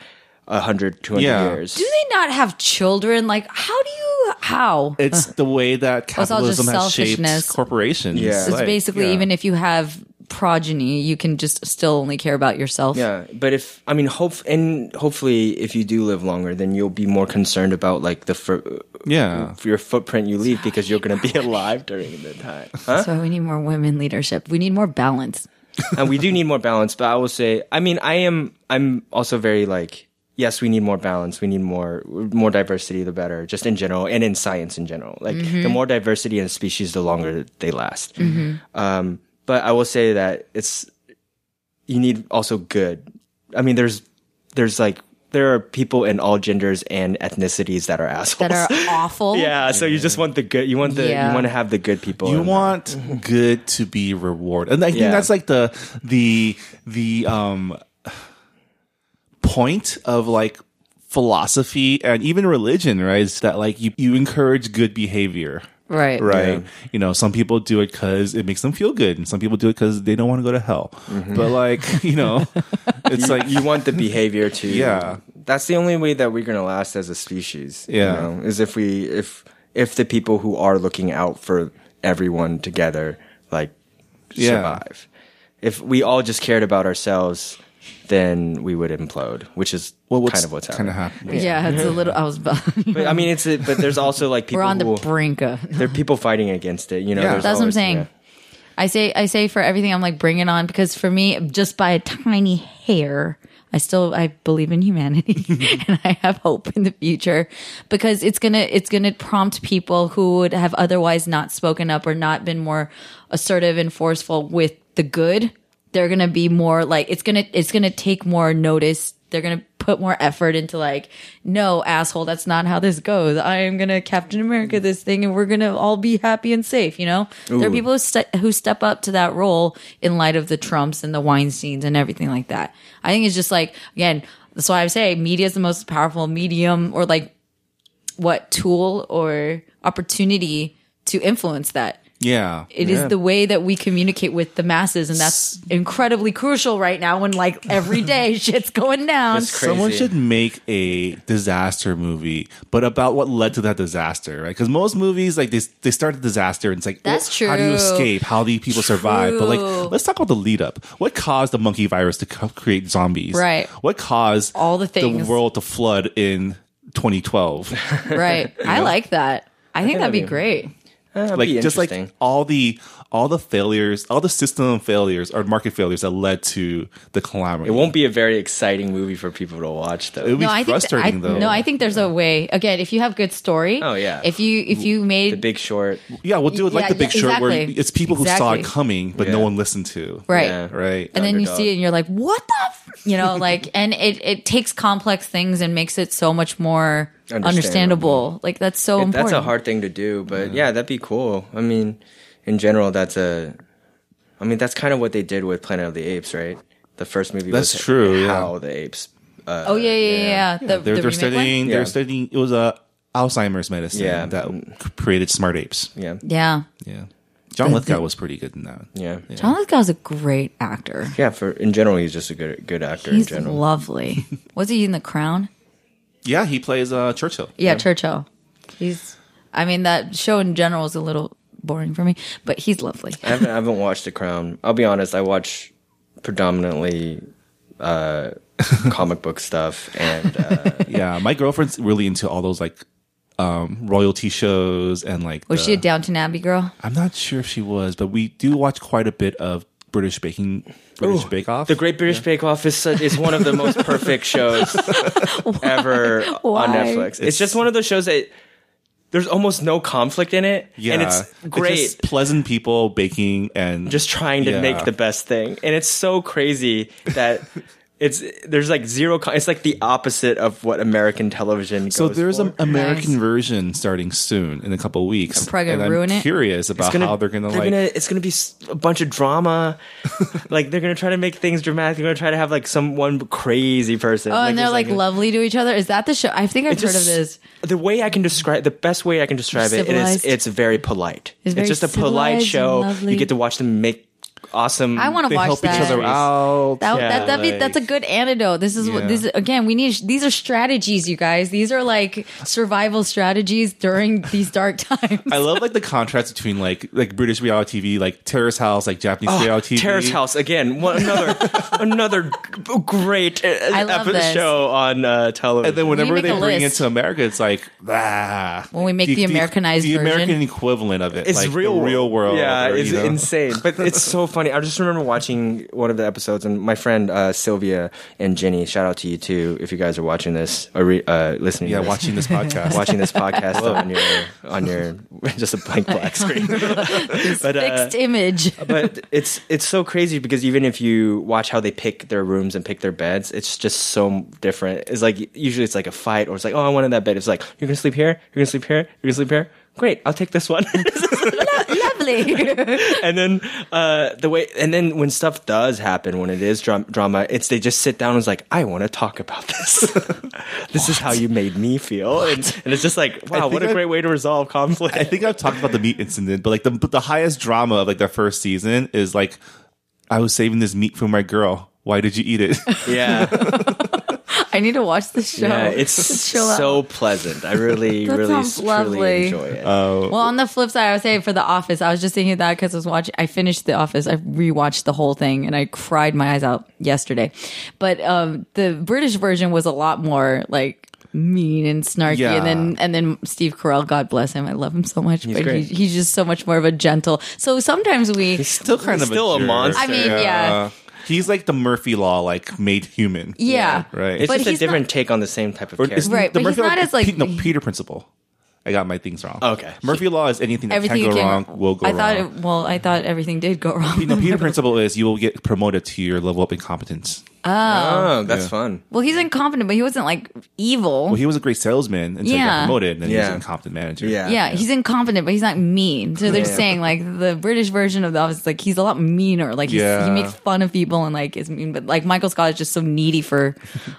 100, 200 Yeah. years. do they not have children? Like, how do you how? It's the way that it's all just capitalism has shaped selfishness. corporations. Yeah. So it's Like, basically yeah. even if you have progeny, you can just still only care about yourself. Yeah, but if I mean, hope and hopefully, if you do live longer, then you'll be more concerned about like the fir- uh, Yeah. your footprint you leave because you're going to be alive during the time. Huh? So we need more women leadership. We need more balance. and we do need more balance. But I will say, I mean, I am I'm also very like, yes, we need more balance. We need more more diversity, the better, just in general, and in science in general. Like the more diversity in a species, the longer they last. Um, but I will say that it's you need also good. I mean, there's there's like there are people in all genders and ethnicities that are assholes. That are awful. yeah, so you just want the good. You want the Yeah. you want to have the good people. You in- want good to be rewarded, and I think Yeah. that's like the the the um point of like philosophy and even religion, right? Is that like you you encourage good behavior. Right. Right. You know, some people do it because it makes them feel good, and some people do it because they don't want to go to hell. But, like, you know, it's like, Mm-hmm. you want the behavior to Yeah. that's the only way that we're gonna last as a species Yeah. you know, is if we if if the people who are looking out for everyone together like Yeah. survive if we all just cared about ourselves then we would implode which is well, what's kind of what's kind happening of happening. Yeah, it's a little. I was. about- but i mean it's a, but there's also like people We're on the who, brink of. there are people fighting against it you know Yeah. there's That's what I'm always- saying. yeah. I say I say for everything I'm like bring it on because for me just by a tiny hair I still I believe in humanity and I have hope in the future because it's going to it's going to prompt people who would have otherwise not spoken up or not been more assertive and forceful with the good they're going to be more like it's going to it's going to take more notice they're going to put more effort into like no asshole that's not how this goes i am going to captain america this thing and we're going to all be happy and safe you know there are people who, ste- who step up to that role in light of the trumps and the weinsteins and everything like that i think it's just like again that's why i say media is the most powerful medium or like what tool or opportunity to influence that Yeah. it is the way that we communicate with the masses, and that's incredibly crucial right now when like every day shit's going down. It's crazy. Someone should make a disaster movie, but about what led to that disaster, right? Because most movies, like they they start a disaster and it's like, That's How do you true. escape? How do people survive? But True. like, let's talk about the lead up. What caused the monkey virus to co- create zombies? Right. What caused All the things. the world to flood in 2012? Right. I like that. I think that'd be great. that'd like be just like interesting. all the all the failures, all the system failures or market failures that led to the calamity. It won't be a very exciting movie for people to watch, though. It would be no, I think th- frustrating I, though. No, I think there's a way. Again, if you have good story. Oh, yeah. If you if you the made Big Short. yeah, we'll do it like Yeah, the Big yeah, Short, where exactly. it's people who saw it Exactly. coming but no Yeah. one listened to. right. Yeah. right. and then you underdog. see it and you're like what the f-? you know like and it it takes complex things and makes it so much more Understandable. understandable, like that's so important That's a hard thing to do, but yeah. that'd be cool. I mean, in general, that's a. I mean, that's kind of what they did with Planet of the Apes, right? The first movie. That's was true, yeah. How the apes. Uh, oh yeah yeah yeah, yeah. the, they're, the they're remake one? studying. Yeah. They're studying. It was a Alzheimer's medicine Yeah. that created smart apes. yeah, yeah Yeah, John Lithgow was pretty good in that. yeah, yeah. John Lithgow's a great actor For in general, he's just a good good actor he's in general. lovely was he in The Crown Yeah, he plays uh, Churchill. yeah, Churchill he's I mean that show in general is a little boring for me but he's lovely I haven't, I haven't watched The Crown. I'll be honest. I watch predominantly uh, comic book stuff, and uh, Yeah, my girlfriend's really into all those like um, royalty shows and like. was the- Uh, she a Downton Abbey girl I'm not sure if she was, but we do watch quite a bit of British baking, British Bake Off. The Great British Bake Off is such, is one of the most perfect shows ever Why? on Netflix. It's, just one of those shows that there's almost no conflict in it, yeah, and it's great. just just, pleasant people baking and trying to Yeah. make the best thing, and it's so crazy that. It's there's like zero. Con- it's like the opposite of what American television. So goes there's for. an American version starting soon in a couple of weeks. probably gonna and I'm ruin it. Curious about how they're gonna like. it's gonna be s- a bunch of drama. like they're gonna try to make things dramatic. They're gonna try to have like some one crazy person. oh and they're there's, like lovely to each other is that the show I think I've It's heard of just- this The way I can describe the best way I can describe it, it is Civilized. it's very polite. It's It's, very just a polite civilized and show. lovely. You get to watch them make awesome. I wanna they watch help that. each other out. That, Yeah, that that'd be, like- that's a good antidote. This is Yeah. what this is, again. We need these are strategies, you guys. These are like survival strategies during these dark times. I love like the contrast between like like British reality TV, like Terrace House, like Japanese reality TV. Oh, Terrace House again. One, another another g- great uh, love epi- this. show on uh, television. And then whenever make they a bring it list. to America, it's like ah. When we make the Americanized the, version. American equivalent of it, it's like real the real world. Yeah, or, it's you know? insane, but it's so funny. I just remember watching one of the episodes, and my friend uh, Sylvia and Jenny. Shout out to you too, if you guys are watching this or re- uh, listening. Yeah, to this. watching this podcast, watching this podcast on your on your just a blank black screen. but, uh, Fixed image. but it's it's so crazy because even if you watch how they pick their rooms and pick their beds, it's just so different. It's like usually it's like a fight or it's like oh I wanted that bed. It's like you're gonna sleep here, you're gonna sleep here, you're gonna sleep here. Great, I'll take this one. Lovely. and then uh, the way and then when stuff does happen when it is dra- drama it's they just sit down and it's like i want to talk about this this is how you made me feel and, and it's just like wow think what a I- great way to resolve conflict I think I've talked about the meat incident, but like the but the highest drama of like the first season is like I was saving this meat for my girl. Why did you eat it? yeah I need to watch this show. yeah it's Just chill out. so pleasant i really That really sounds truly lovely. enjoy it well. On the flip side, I would say for The Office, I was just thinking that because I was watching. I finished The Office. I rewatched the whole thing and I cried my eyes out yesterday. But um, the British version was a lot more like. Mean and snarky, Yeah. and then and then Steve Carell, God bless him, I love him so much, but he, great. he's just so much more of a gentle. So sometimes we still kind of still a jerk. monster. I mean, yeah. He's like the Murphy Law, like made human. Yeah. Right. it's but just a he's not- different take on the same type of Or character isn't Right, the but he's Murphy Law- not as, like- Pe- no Peter Principle. I got my things wrong. Okay. Murphy Law is anything that everything can go came- wrong will go I thought wrong. it, well, I thought everything did go wrong. no, Peter Principle is you will get promoted to your level up in competence. oh that's fun Well, he's incompetent, but he wasn't like evil. Well, he was a great salesman until he got Yeah. promoted, and then he was Yeah. an incompetent manager. yeah yeah, he's incompetent, but he's not mean. So they're Yeah. just saying like the British version of the office, is, like he's a lot meaner. Like he's, Yeah. he makes fun of people and like is mean. But like Michael Scott is just so needy for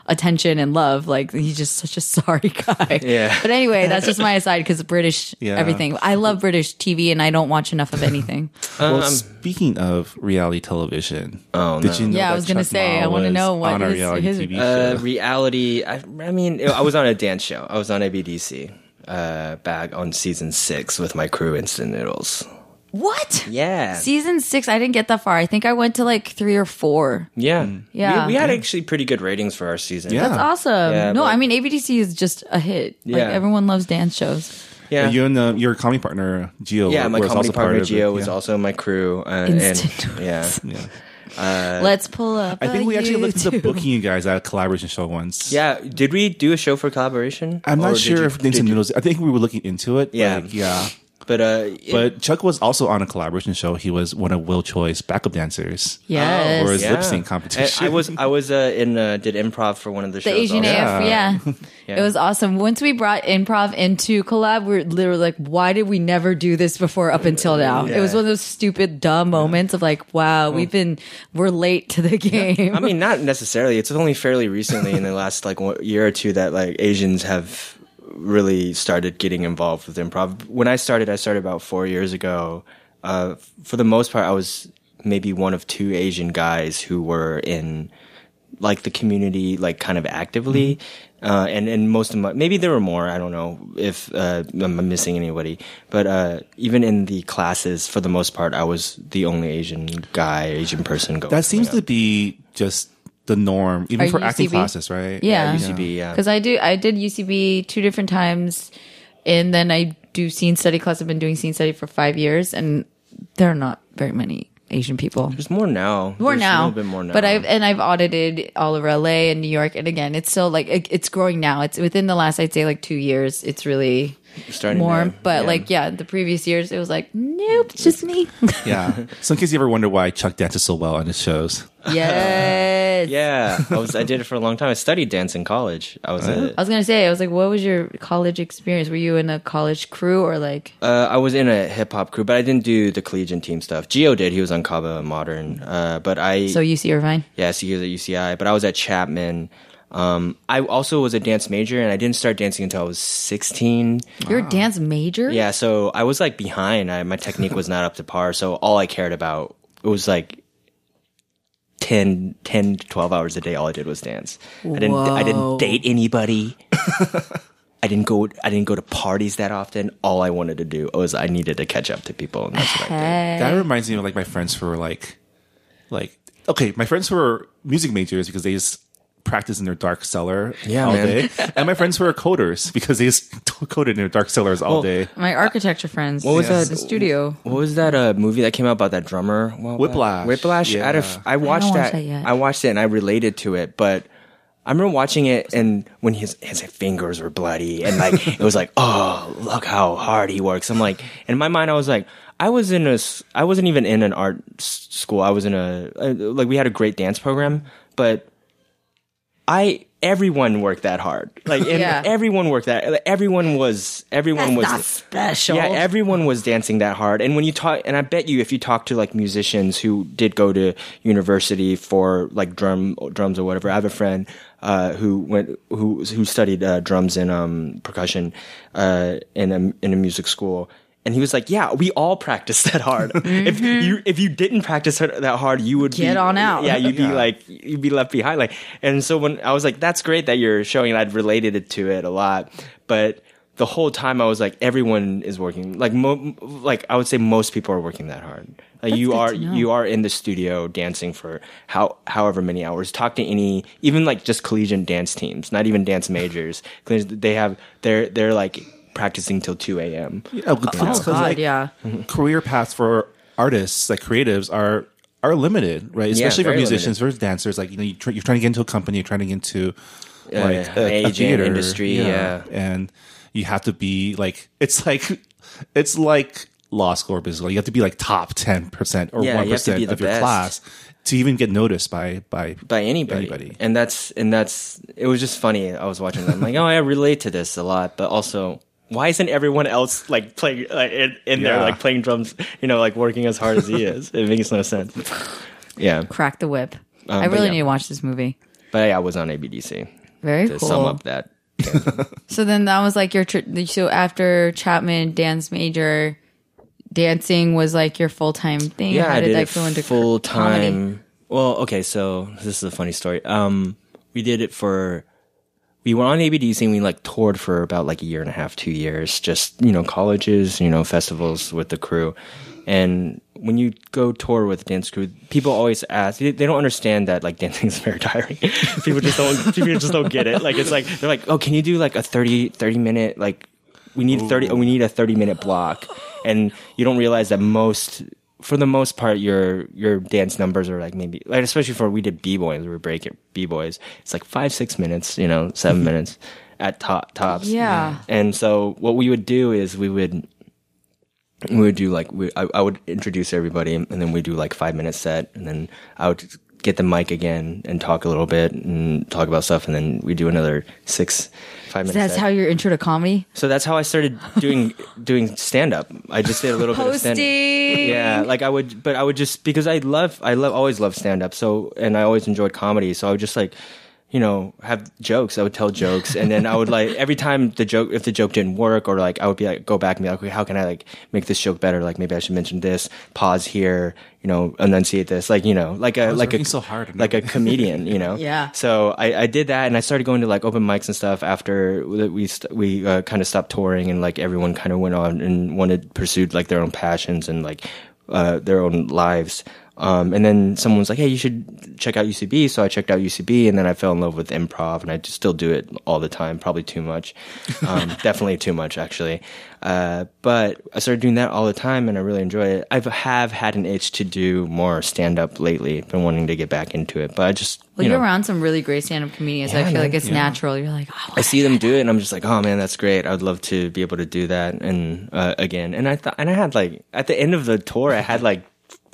attention and love. Like he's just such a sorry guy. Yeah. But anyway, that's just my aside because British Yeah. everything. I love British TV, and I don't watch enough of anything. Well, speaking of reality television, Um, Oh, did no. you know Yeah, I that was gonna Chuck say, I Ma wanna was know what on a his- reality his- TV Uh, show? reality. I, I mean, I was on a dance show. I was on ABDC uh, back on season six with my crew, Instant Noodles. What? Yeah. Season six, I didn't get that far. I think I went to like three or four. yeah, Yeah. We, we had actually pretty good ratings for our season. Yeah. That's awesome. Yeah, no, but- I mean ABDC is just a hit. Yeah. Like everyone loves dance shows. Yeah. And you and uh, your comedy partner Gio. yeah, were- my was comedy also part partner of it. Gio was Yeah. also my crew. Uh, Instant and, yeah, Yeah. Let's pull up. Uh, I think we actually looked at the YouTube. booking you guys at a collaboration show once. yeah. Did we do a show for collaboration? I'm Or not did sure you- if Names did and you- Noodles. I think we were looking into it. Yeah. like, yeah. But uh, it- But Chuck was also on a collaboration show. He was one of Will Choi's backup dancers. Yes. Or his yeah. lip sync I, competition. I was I was uh, in uh, did improv for one of the, the shows. Asian also. AF, yeah. It was awesome. Once we brought improv into collab, we were literally like, why did we never do this before up until now? It was Yeah. one of those stupid, dumb moments of like, wow, we've been, we're late to the game. I mean, not necessarily. It's only fairly recently in the last like one, year or two that like Asians have really started getting involved with improv. When I started, I started about four years ago. Uh, for the most part, I was maybe one of two Asian guys who were in like the community, like kind of actively. Mm-hmm. Uh, and, and most of my, maybe there were more, I don't know if, uh, I'm missing anybody, but, uh, even in the classes, for the most part, I was the only Asian guy, Asian person going. that seems yeah. to be just the norm, even Are for you acting UCB? classes, right? yeah. UCB, yeah. Because I do, I did UCB two different times, and then I do scene study class. I've been doing scene study for five years, and there are not very many Asian people. There's more now. More There's now, A little bit more now. But I've and I've audited all over LA and New York, and again, it's still like it, it's growing now. It's within the last, I'd say, like two years. It's really starting more, to- but yeah. like yeah, the previous years it was like nope, it's just me. Yeah. So in case you ever wonder why Chuck dances so well on his shows, yes. Yeah, I was. I did it for a long time. I studied dance in college. I was. A, I was gonna say, I was like, what was your college experience? Were you in a college crew or like? uh, I was in a hip hop crew, but I didn't do the collegiate team stuff. Geo did. He was on Kaba Modern. Uh, but I. so UC Irvine. yeah, so he was at UCI. But I was at Chapman. Um, I also was a dance major, and I didn't start dancing until I was 16. You're a dance major? uh, Yeah, so I was like behind. I, my technique was not up to par. So all I cared about it was like 10, 10 to 12 hours a day. All I did was dance. I didn't, I didn't date anybody. I didn't go, I didn't go to parties that often. All I wanted to do was I needed to catch up to people. And that's what I did. that reminds me of like my friends who were like, like okay, my friends who were music majors because they just practice in their dark cellar Yeah, all man. day, and my friends who are coders because they just coded in their dark cellars all day. My architecture friends. What was was that- The studio. What was that uh, movie that came out about that drummer? Well, Whiplash. Whiplash. Yeah. I, had a f- I watched watch that. that yet. I watched it and I related to it, but I remember watching it and when his his fingers were bloody and like it was like, oh, look how hard he works. I'm like, in my mind, I was like, I was in a, s- I wasn't even in an art s- school. I was in a uh, like we had a great dance program, but I. Everyone worked that hard. Like, and Yeah. everyone worked that. like, everyone was. Everyone was special. Oh yeah, everyone was dancing that hard. And when you talk, and I bet you, if you talk to like musicians who did go to university for like drum drums or whatever, I have a friend uh, who went who who studied uh, drums and um, percussion uh, in a in a music school. And he was like, "Yeah, we all practice that hard. If you if you didn't practice that that hard, you would Mm-hmm. Get be- on out. Yeah, you'd be like you'd be left behind. Like, and so when I was like, "That's great that you're showing," I'd related it to it a lot, but the whole time I was like, everyone is working. Like, mo- like I would say most people are working that hard. Like you are, you are in the studio dancing for how however many hours. Talk to any, even like just collegiate dance teams, not even dance majors. Collegiate- They have they're they're like practicing till two a.m. Yeah, good things, 'cause, Oh, God, Uh, like, yeah. Mm-hmm. Career paths for artists, like creatives, are are limited, right? Especially for very musicians, for dancers. Like you know, you tr- you're trying to get into a company, you're trying to get into like an a, a agent, theater industry, yeah. and you have to be like it's like it's like law school or business school. You have to be like top ten percent or Yeah, you one have to be the of your best. class to even get noticed by by by anybody. anybody. And that's and that's it was just funny. I was watching that. I'm like, oh, I relate to this a lot, but also why isn't everyone else like playing like, in, in there Yeah. like playing drums, you know, like working as hard as he is? It makes no sense. Yeah. Crack the whip. I Um, but really yeah. need to watch this movie. But yeah, I was on ABDC. Very To cool. sum up that. So then that was like your tr- so after Chapman dance major, dancing was like your full time thing. Yeah, How I did, did that it go into cr- full comedy? time. Well, okay, so this is a funny story. Um, we did it for we were on ABDC and we like toured for about like a year and a half, two years, just you know colleges, you know festivals with the crew. And when you go tour with dance crew, people always ask. They they don't understand that like dancing is very tiring. people just don't. People just don't get it. Like it's like they're like, oh, can you do like a 30, 30 minute like we need thirty. We need a thirty-minute block, and you don't realize that most, for the most part, your your dance numbers are like maybe, like especially for we did b boys, we were breaking b boys. It's like five, six minutes, you know, seven minutes at top tops. Yeah. And so what we would do is we would we would do like we, I, I would introduce everybody and then we do like five minute set and then I would get the mic again and talk a little bit and talk about stuff and then we do another six five minutes. That's how your intro to comedy. so that's how I started doing doing stand up. I just did a little bit of stand up. Posting. Yeah, like I would, but I would just because I love, I love, always love stand up. So, and I always enjoyed comedy. So I would just like, you know, have jokes. I would tell jokes, and then I would like every time the joke, if the joke didn't work, or like I would be like, go back and be like, okay, how can I like make this joke better? Like maybe I should mention this, pause here, you know, enunciate this, like you know, like a like a working so hard. like a comedian, you know. Yeah. So I, I did that, and I started going to like open mics and stuff after that we st- we uh, kind of stopped touring, and like everyone kind of went on and wanted pursued like their own passions and like uh, their own lives. Um, and then someone's like, "Hey, you should check out UCB." So I checked out UCB, and then I fell in love with improv, and I just still do it all the time. Probably too much, um, definitely too much, actually. Uh, but I started doing that all the time, and I really enjoy it. I have had an itch to do more stand up lately. Been wanting to get back into it, but I just Well, you you are know, around some really great stand-up comedians. I Yeah, feel man. like it's natural. You're like, oh, I see them do it, and I'm just like, oh man, that's great. I'd love to be able to do that and uh, again. And I thought, and I had like at the end of the tour, I had like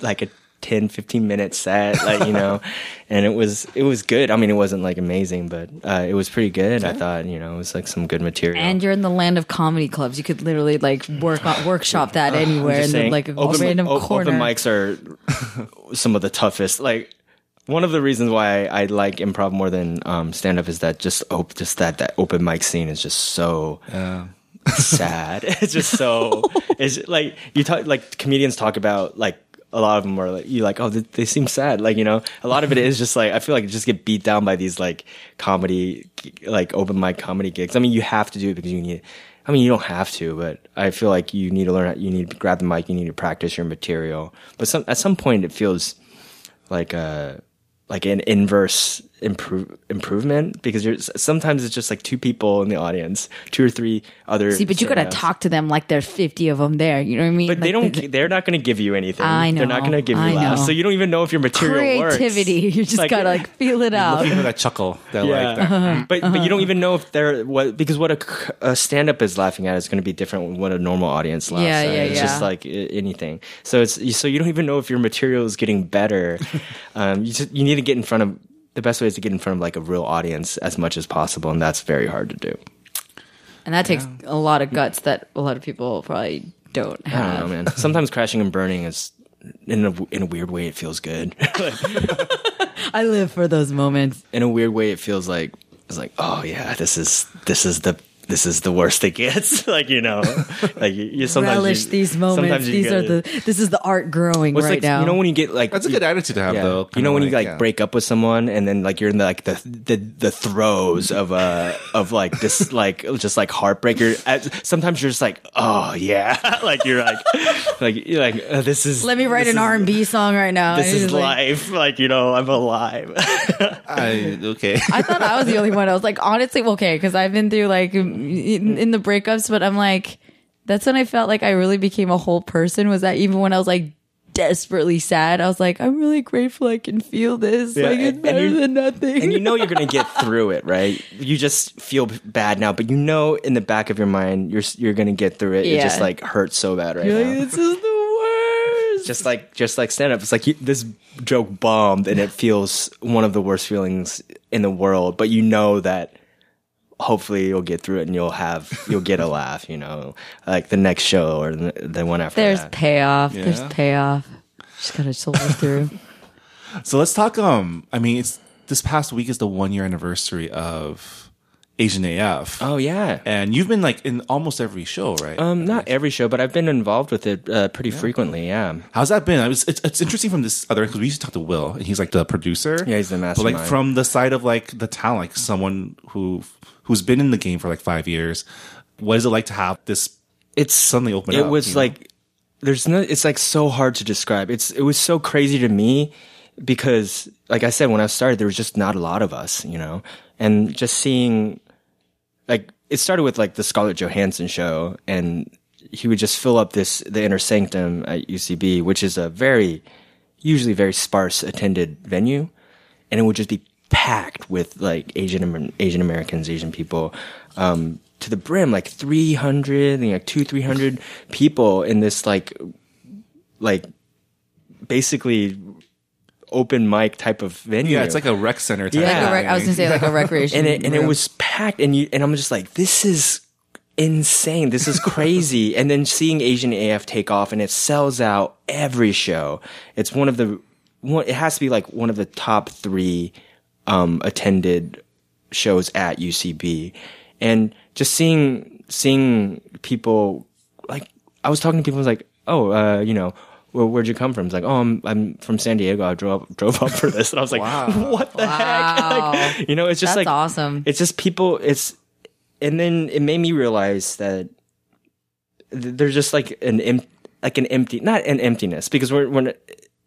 like a 10, 15 minute set, like you know, and it was it was good. I mean, it wasn't like amazing, but uh, it was pretty good. I thought, you know, it was like some good material. and you're in the land of comedy clubs. You could literally like work on workshop that anywhere in Just the, saying, like a open, random o- corner. Open mics are some of the toughest. Like one of the reasons why I, I like improv more than um, stand up is that just op- just that that open mic scene is just so. sad it's just so it's like you talk like comedians talk about like a lot of them are like you like oh they, they seem sad like you know a lot of it is just like i feel like you just get beat down by these like comedy like open mic comedy gigs i mean you have to do it because you need I mean, you don't have to, but I feel like you need to learn. how- You need to grab the mic. You need to practice your material. But some at some point, it feels like a like an inverse improve, improvement because you're sometimes it's just like two people in the audience, two or three other. See, but you gotta stand-ups. talk to them like there's 50 of them there. You know what I mean? But they Like, don't. the- They're not going to give you anything. I They're not know, going to give you I laughs. know. So you don't even know if your material works. creativity. You just Like- gotta like feel it out. Even that chuckle, that Yeah. like, that, Uh-huh. but but you don't even know if they're what because what a, stand up is laughing at is going to be different than what a normal audience laughs Yeah, at. yeah, it's just yeah. like a- anything. So it's so you don't even know if your material is getting better. um, you just, you need to get in front of the best way is to get in front of like a real audience as much as possible, and that's very hard to do. And that takes a lot of guts that a lot of people probably don't I don't know, have. man. Sometimes crashing and burning is. In a, in a weird way, it feels good. I live for those moments. in a weird way, it feels like it's like, oh yeah, this is this is the this is the worst it gets. like you know, like you, you sometimes Relish you- these moments. sometimes you These get are it. the this is the art growing What's right like, now. You know when you get like that's a good attitude to have, yeah. though. You Kinda know when you like yeah. break up with someone and then like you're in the, like the the the throes of uh of like this like just like heartbreak. You're at, sometimes you're just like oh yeah, like you're like like you're like uh, this is Let me write this an is- R and B song right now. This And is it's like- life, like you know, I'm alive. I, okay. I thought I was the only one. I was like, honestly, okay, because I've been through like in, in the breakups, but I'm like, that's when I felt like I really became a whole person. Was that even when I was like desperately sad? I was like, I'm really grateful I can feel this. like and- it's and better you- than nothing. and you know you're gonna get through it, right? You just feel bad now, but you know in the back of your mind you're you're gonna get through it. It Yeah. just like hurts so bad right You're now. like, this is the worst. just like just like stand up it's like you, this joke bombed and it feels one of the worst feelings in the world but you know that hopefully you'll get through it and you'll have you'll get a laugh you know like the next show or the, the one after There's that payoff. There's Yeah. payoff. Just gotta soldier through. So let's talk. Um, I mean, it's this past week is the one year anniversary of Asian AF, oh yeah and you've been like in almost every show, right? um not every show but i've been involved with it uh, pretty frequently yeah How's that been? I was, it's, it's interesting from this other because we used to talk to Will, and he's like the producer. Yeah, he's the But mastermind. like from the side of like the talent, like someone who who's been in the game for like five years, what is it like to have this it's suddenly open It up, you was know? like there's no. It's like so hard to describe. It's it was so crazy to me because, like I said, when I started, there was just not a lot of us, you know, and just seeing like it started with like the Scarlett Johansson show, and he would just fill up this the inner sanctum at UCB, which is a very usually very sparse attended venue, and it would just be packed with like Asian Amer- Asian Americans, Asian people, um, to the brim, like three hundred, you know, two three hundred people in this like like basically open mic type of venue. Yeah, it's like a rec center. Type Yeah. Like a rec- I was gonna say like a recreation, and it and it room. was packed and you and I'm just like this is insane this is crazy and then seeing Asian AF take off and it sells out every show it's one of the one it has to be like one of the top 3 um attended shows at UCB and just seeing seeing people like I was talking to people I was like oh uh you know well, where'd you come from? It's like, oh, I'm I'm from San Diego. I drove drove up for this, and I was like, what the heck? Like, you know, it's just That's like awesome. it's just people. It's and then it made me realize that th- there's just like an em- like an empty, not an emptiness, because we're we're n-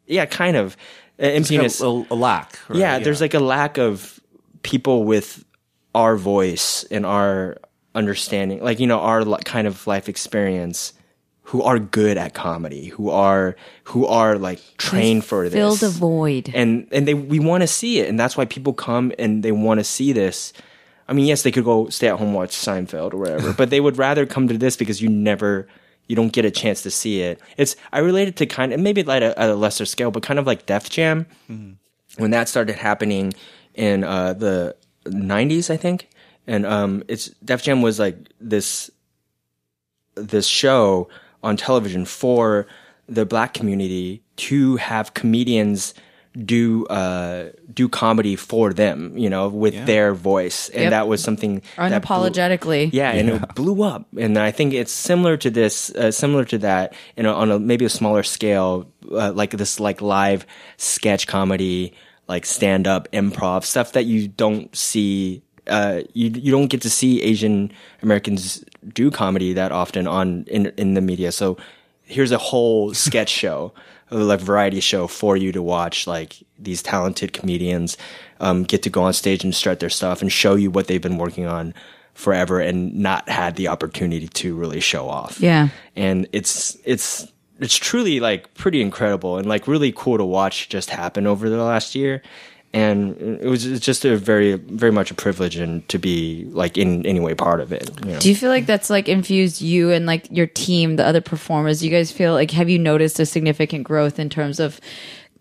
yeah, kind of an emptiness. a, a, a lack. right? yeah, there's like a lack of people with our voice and our understanding, like you know, our li- kind of life experience. Who are good at comedy? Who are who are like trained for this? fill the void. and and they we want to see it, and that's why people come and they want to see this. I mean, yes, they could go stay at home watch Seinfeld or whatever, but they would rather come to this because you never you don't get a chance to see it. It's I relate it to kind of maybe like a, at a lesser scale, but kind of like Def Jam when that started happening in uh, the 90s, I think. And um, it's Def Jam was like this this show on television for the black community to have comedians do uh do comedy for them you know with their voice and Yep. that was something that blew- unapologetically. yeah, and it blew up. And I think it's similar to this, uh, similar to that, you know, on a maybe a smaller scale, uh, like this, like live sketch comedy, like stand up, improv stuff that you don't see. Uh, you you don't get to see Asian Americans do comedy that often on in in the media. So here's a whole sketch show, like variety show for you to watch. Like these talented comedians um, get to go on stage and start their stuff and show you what they've been working on forever and not had the opportunity to really show off. Yeah. And it's it's it's truly like pretty incredible and like really cool to watch just happen over the last year. And it was it's just a very very much a privilege and to be like in any way part of it. you know? Do you feel like that's like infused you and like your team, the other performers? You guys feel like have you noticed a significant growth in terms of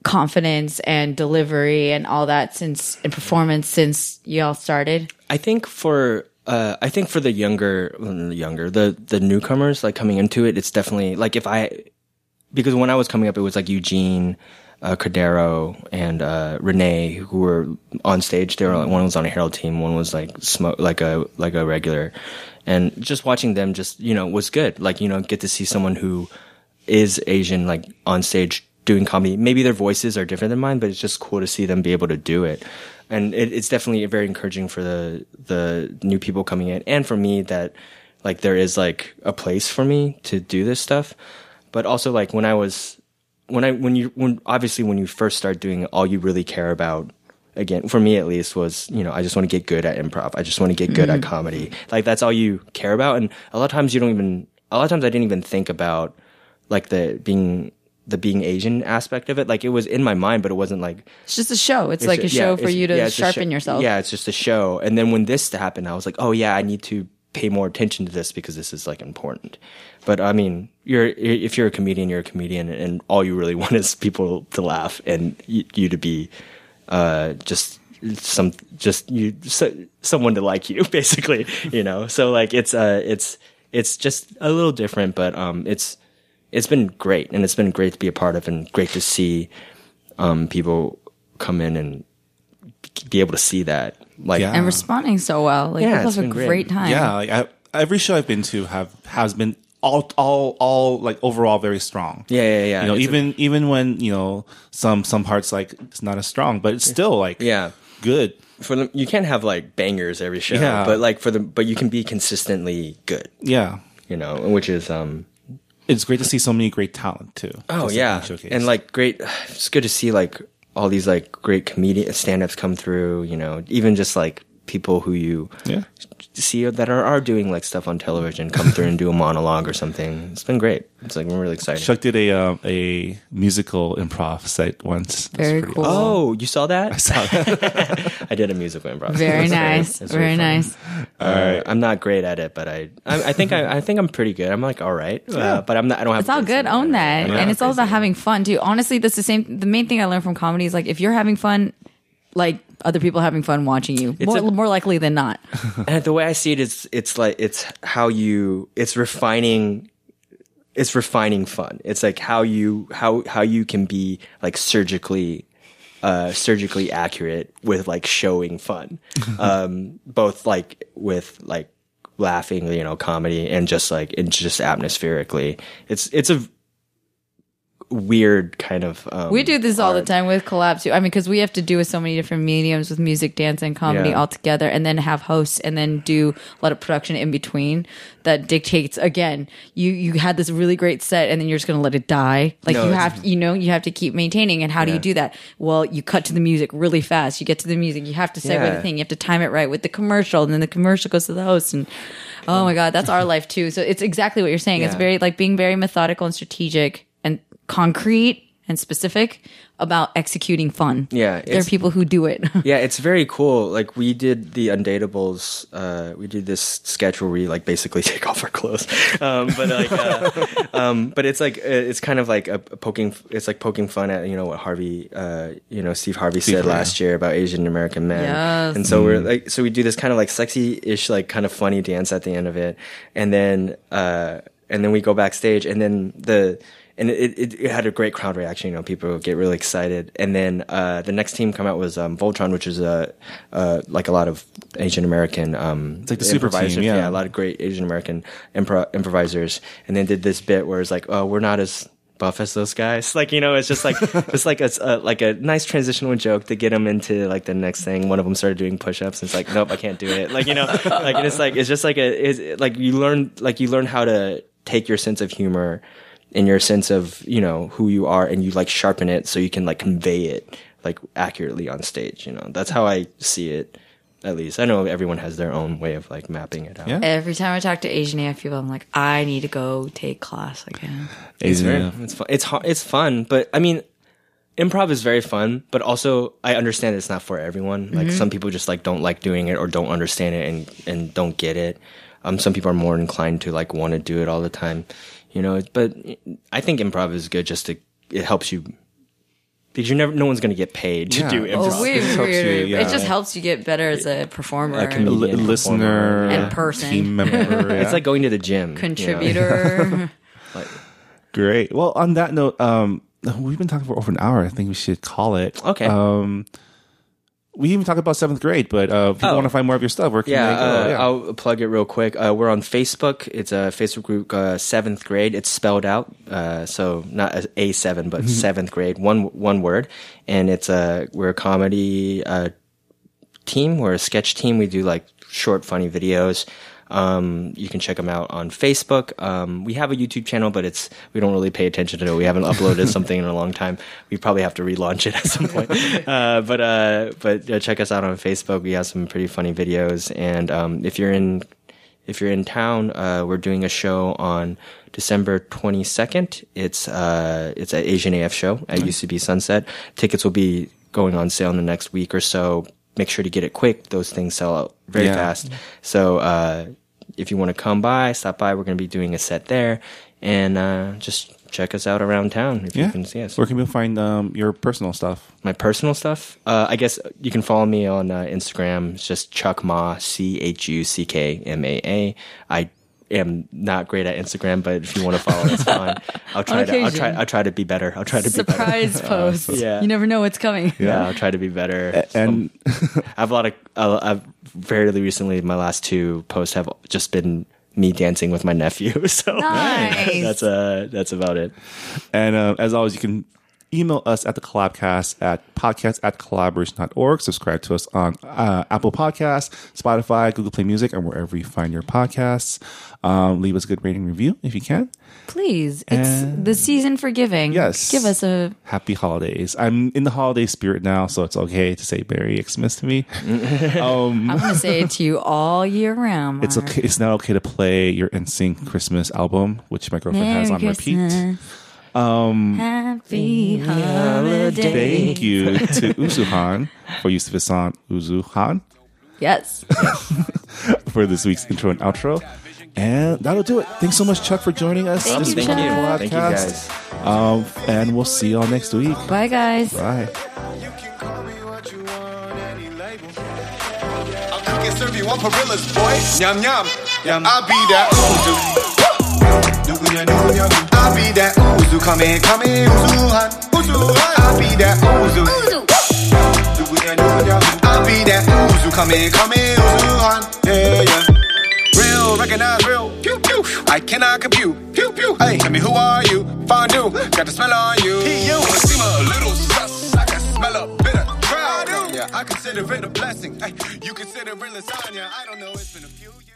confidence and delivery and all that since and performance since y'all started? I think for uh, I think for the younger mm, younger the the newcomers like coming into it, it's definitely like if I because when I was coming up, it was like Eugene. Uh, Cadero and uh, Renee, who were on stage, they were like, one was on a Herald team, one was like smoke, like a like a regular, and just watching them, just you know, was good. Like you know, get to see someone who is Asian, like on stage doing comedy. Maybe their voices are different than mine, but it's just cool to see them be able to do it. And it, it's definitely very encouraging for the the new people coming in, and for me that like there is like a place for me to do this stuff. But also like when I was when I when you when obviously when you first start doing it, all you really care about again for me at least was you know I just want to get good at improv. I just want to get good at comedy. Like that's all you care about, and a lot of times you don't even a lot of times I didn't even think about like the being the being Asian aspect of it. Like it was in my mind, but it wasn't like It's just a show. It's, like a show for it's- you to yeah, it's a sharpen sho- yourself. Yeah, it's just a show. And then when this happened, I was like, oh yeah, I need to pay more attention to this because this is like important. But I mean, you're if you're a comedian, you're a comedian, and all you really want is people to laugh and you, you to be uh, just some just you so, someone to like you basically you know so like it's uh it's it's just a little different but um it's it's been great and it's been great to be a part of and great to see um people come in and be able to see that like Yeah. And responding so well. Like Yeah, people it's have a been great. great, time. yeah. Like I, every show I've been to have has been all all all like overall very strong. Yeah, yeah, yeah. You know, It's a- even even when you know some some parts like it's not as strong, but it's still like Yeah. good. for them you can't have like bangers every show Yeah. but like for the but you can be consistently good Yeah, you know which is um it's great to see so many great talent too. oh Just, like, yeah being showcased. and like great it's good to see like all these like great comedian stand-ups come through you know even just like people who you Yeah. see that are, are doing like stuff on television come through and do a monologue or something. It's been great. It's like we're really excited. Chuck did a um, a musical improv set once. It was Very pretty cool. oh, you saw that? I saw did a musical improv. Very It's very- nice. it's Very fun. nice. Uh, I'm not great at it, but I I, I think I, I think I'm pretty good. I'm like all right, uh, but I'm not. I don't have. It's all good. Own that. And it's all about having fun too. Honestly, that's the same. The main thing I learned from comedy is like if you're having fun, like other people having fun watching you, more, a- more likely than not. And the way I see it is, it's like it's how you it's refining. It's refining fun. It's like how you how how you can be like surgically, uh, surgically accurate with like showing fun, um, both like with like laughing, you know, comedy, and just like and just atmospherically. It's it's a weird kind of. Um, We do this all the time with collab too. I mean, because we have to do with so many different mediums with music, dance, and comedy Yeah. all together, and then have hosts, and then do a lot of production in between that dictates. Again, you you had this really great set, and then you're just going to let it die. Like No, you it's- have, you know, you have to keep maintaining. And how do you Yeah. do that? Well, you cut to the music really fast. You get to the music. You have to segue Yeah. the thing. You have to time it right with the commercial, and then the commercial goes to the host. And oh my god, that's our life too. So it's exactly what you're saying. It's Yeah. very like being very methodical and strategic and concrete and specific about executing fun. Yeah, There are it's- people who do it. Yeah, it's very cool. Like we did the Undateables. Uh, we did this sketch where we like basically take off our clothes. Um, but like, uh, Mm-hmm. um, but it's like uh, it's kind of like a poking. It's like poking fun at you know what Harvey, uh, you know Steve Harvey said Harvey. Mm-hmm. last year about Asian American men. Yes. And so we're like, so we do this kind of like sexy-ish, like kind of funny dance at the end of it, and then uh, and then we go backstage, and then the and it, it, it had a great crowd reaction. You know, people get really excited, and then uh, the next team come out was um, Voltron, which is a uh, like a lot of Asian American. Um, it's like the super team, yeah. a lot of great Asian American impro- improvisers, and then did this bit where it's like, oh, we're not as buff as those guys. Like you know, it's just like it's like a, a like a nice transitional joke to get them into like the next thing. One of them started doing push-ups. And it's like, nope, I can't do it. Like you know, like and it's like it's just like a it's, like you learn like you learn how to take your sense of humor and your sense of you know who you are, and you like sharpen it so you can like convey it like accurately on stage. You know, that's how I see it. At least I know everyone has their own way of like mapping it out. Yeah. Every time I talk to Asian AF people, I'm like, I need to go take class again. It's Asian, very, yeah. it's fun. It's hu- it's fun, but I mean, improv is very fun. But also, I understand it's not for everyone. Mm-hmm. Like some people just like don't like doing it or don't understand it and and don't get it. Um, some people are more inclined to like want to do it all the time, you know. But I think improv is good. Just to it helps you because you're never no one's gonna get paid to Yeah. do Oh, improv. It just helps you, yeah. It just helps you get better as a performer, I can- A li- Comedian, listener, performer. And person. team member. yeah. It's like going to the gym. you know? contributor. Like- great. Well, on that note, um, we've been talking for over an hour. I think we should call it. Okay. Um, we even talked about seventh grade, but uh, if people Oh. want to find more of your stuff, where can yeah, they go? uh, I'll plug it real quick. Uh, we're on Facebook. It's a Facebook group, uh, seventh grade. It's spelled out, uh, so not as a seven, but seventh grade, one one word. And it's a we're a comedy uh, team. We're a sketch team. We do like short, funny videos. Um, you can check them out on Facebook. Um, we have a YouTube channel, but it's we don't really pay attention to it. We haven't uploaded something in a long time. We probably have to relaunch it at some point. Uh, but uh, but uh, check us out on Facebook. We have some pretty funny videos. And um, if you're in if you're in town, uh, we're doing a show on December 22nd. It's uh, it's an Asian AF show at UCB Sunset. Tickets will be going on sale in the next week or so. Make sure to get it quick. Those things sell out very Yeah. fast. So uh, if you want to come by, stop by. We're going to be doing a set there, and uh, just check us out around town if you can see us. Where can people find um, your personal stuff? My personal stuff. Uh, I guess you can follow me on uh, Instagram. It's just Chuck Ma, C H U C K M A A. I am not great at Instagram, but if you want to follow, that's fine. I'll try. To, I'll try. occasion. I'll try to be better. I'll try to be better. Surprise post. yeah. You never know what's coming. Yeah, I'll try to be better. Um, And I have a lot of. Uh, I've fairly recently, my last two posts have just been me dancing with my nephew. So Nice. that's uh that's about it. and uh, as always, you can Email us at the collabcast at podcast at collaboration.org. Subscribe to us on uh, Apple Podcasts, Spotify, Google Play Music, and wherever you find your podcasts. Um, leave us a good rating review if you can. Please, it's the season for giving. Yes. give us a Happy holidays. I'm in the holiday spirit now, so it's okay to say Merry Xmas to me. I'm gonna say it to you all year round. It's okay. It's not okay to play your NSYNC Christmas album, which my girlfriend has on repeat. Um, Happy holiday. Thank you to Uzuhan for use of his song Uzuhan Yes. for this week's intro and outro. And that'll do it. Thanks so much, Chuck, for joining us. Awesome, this thank week you. on the Thank you, podcast. Um, and we'll see y'all next week. Bye, guys. Bye. You can call me what you want, any label. I'll cook and serve you on Parilla's boy. Yum yum, yum. I'll be that Uzu. Nukunya, nukunya. I'll be that Uzu. Come in, come in, Uzu hun, Uzu hun. I'll be that Uzu. Nukunya, nukunya. I'll be that Uzu. Come in, come in, Uzu hun. Yeah, yeah. Real, recognize real. Pew pew. I cannot compute. Pew pew. Hey, I mean, who are you? Fondue, got the smell on you. He you. I seem E a little sus. I can smell a bit of crowd. Yeah, I consider it a blessing. Hey, you consider it lasagna. I don't know. It's been a few years.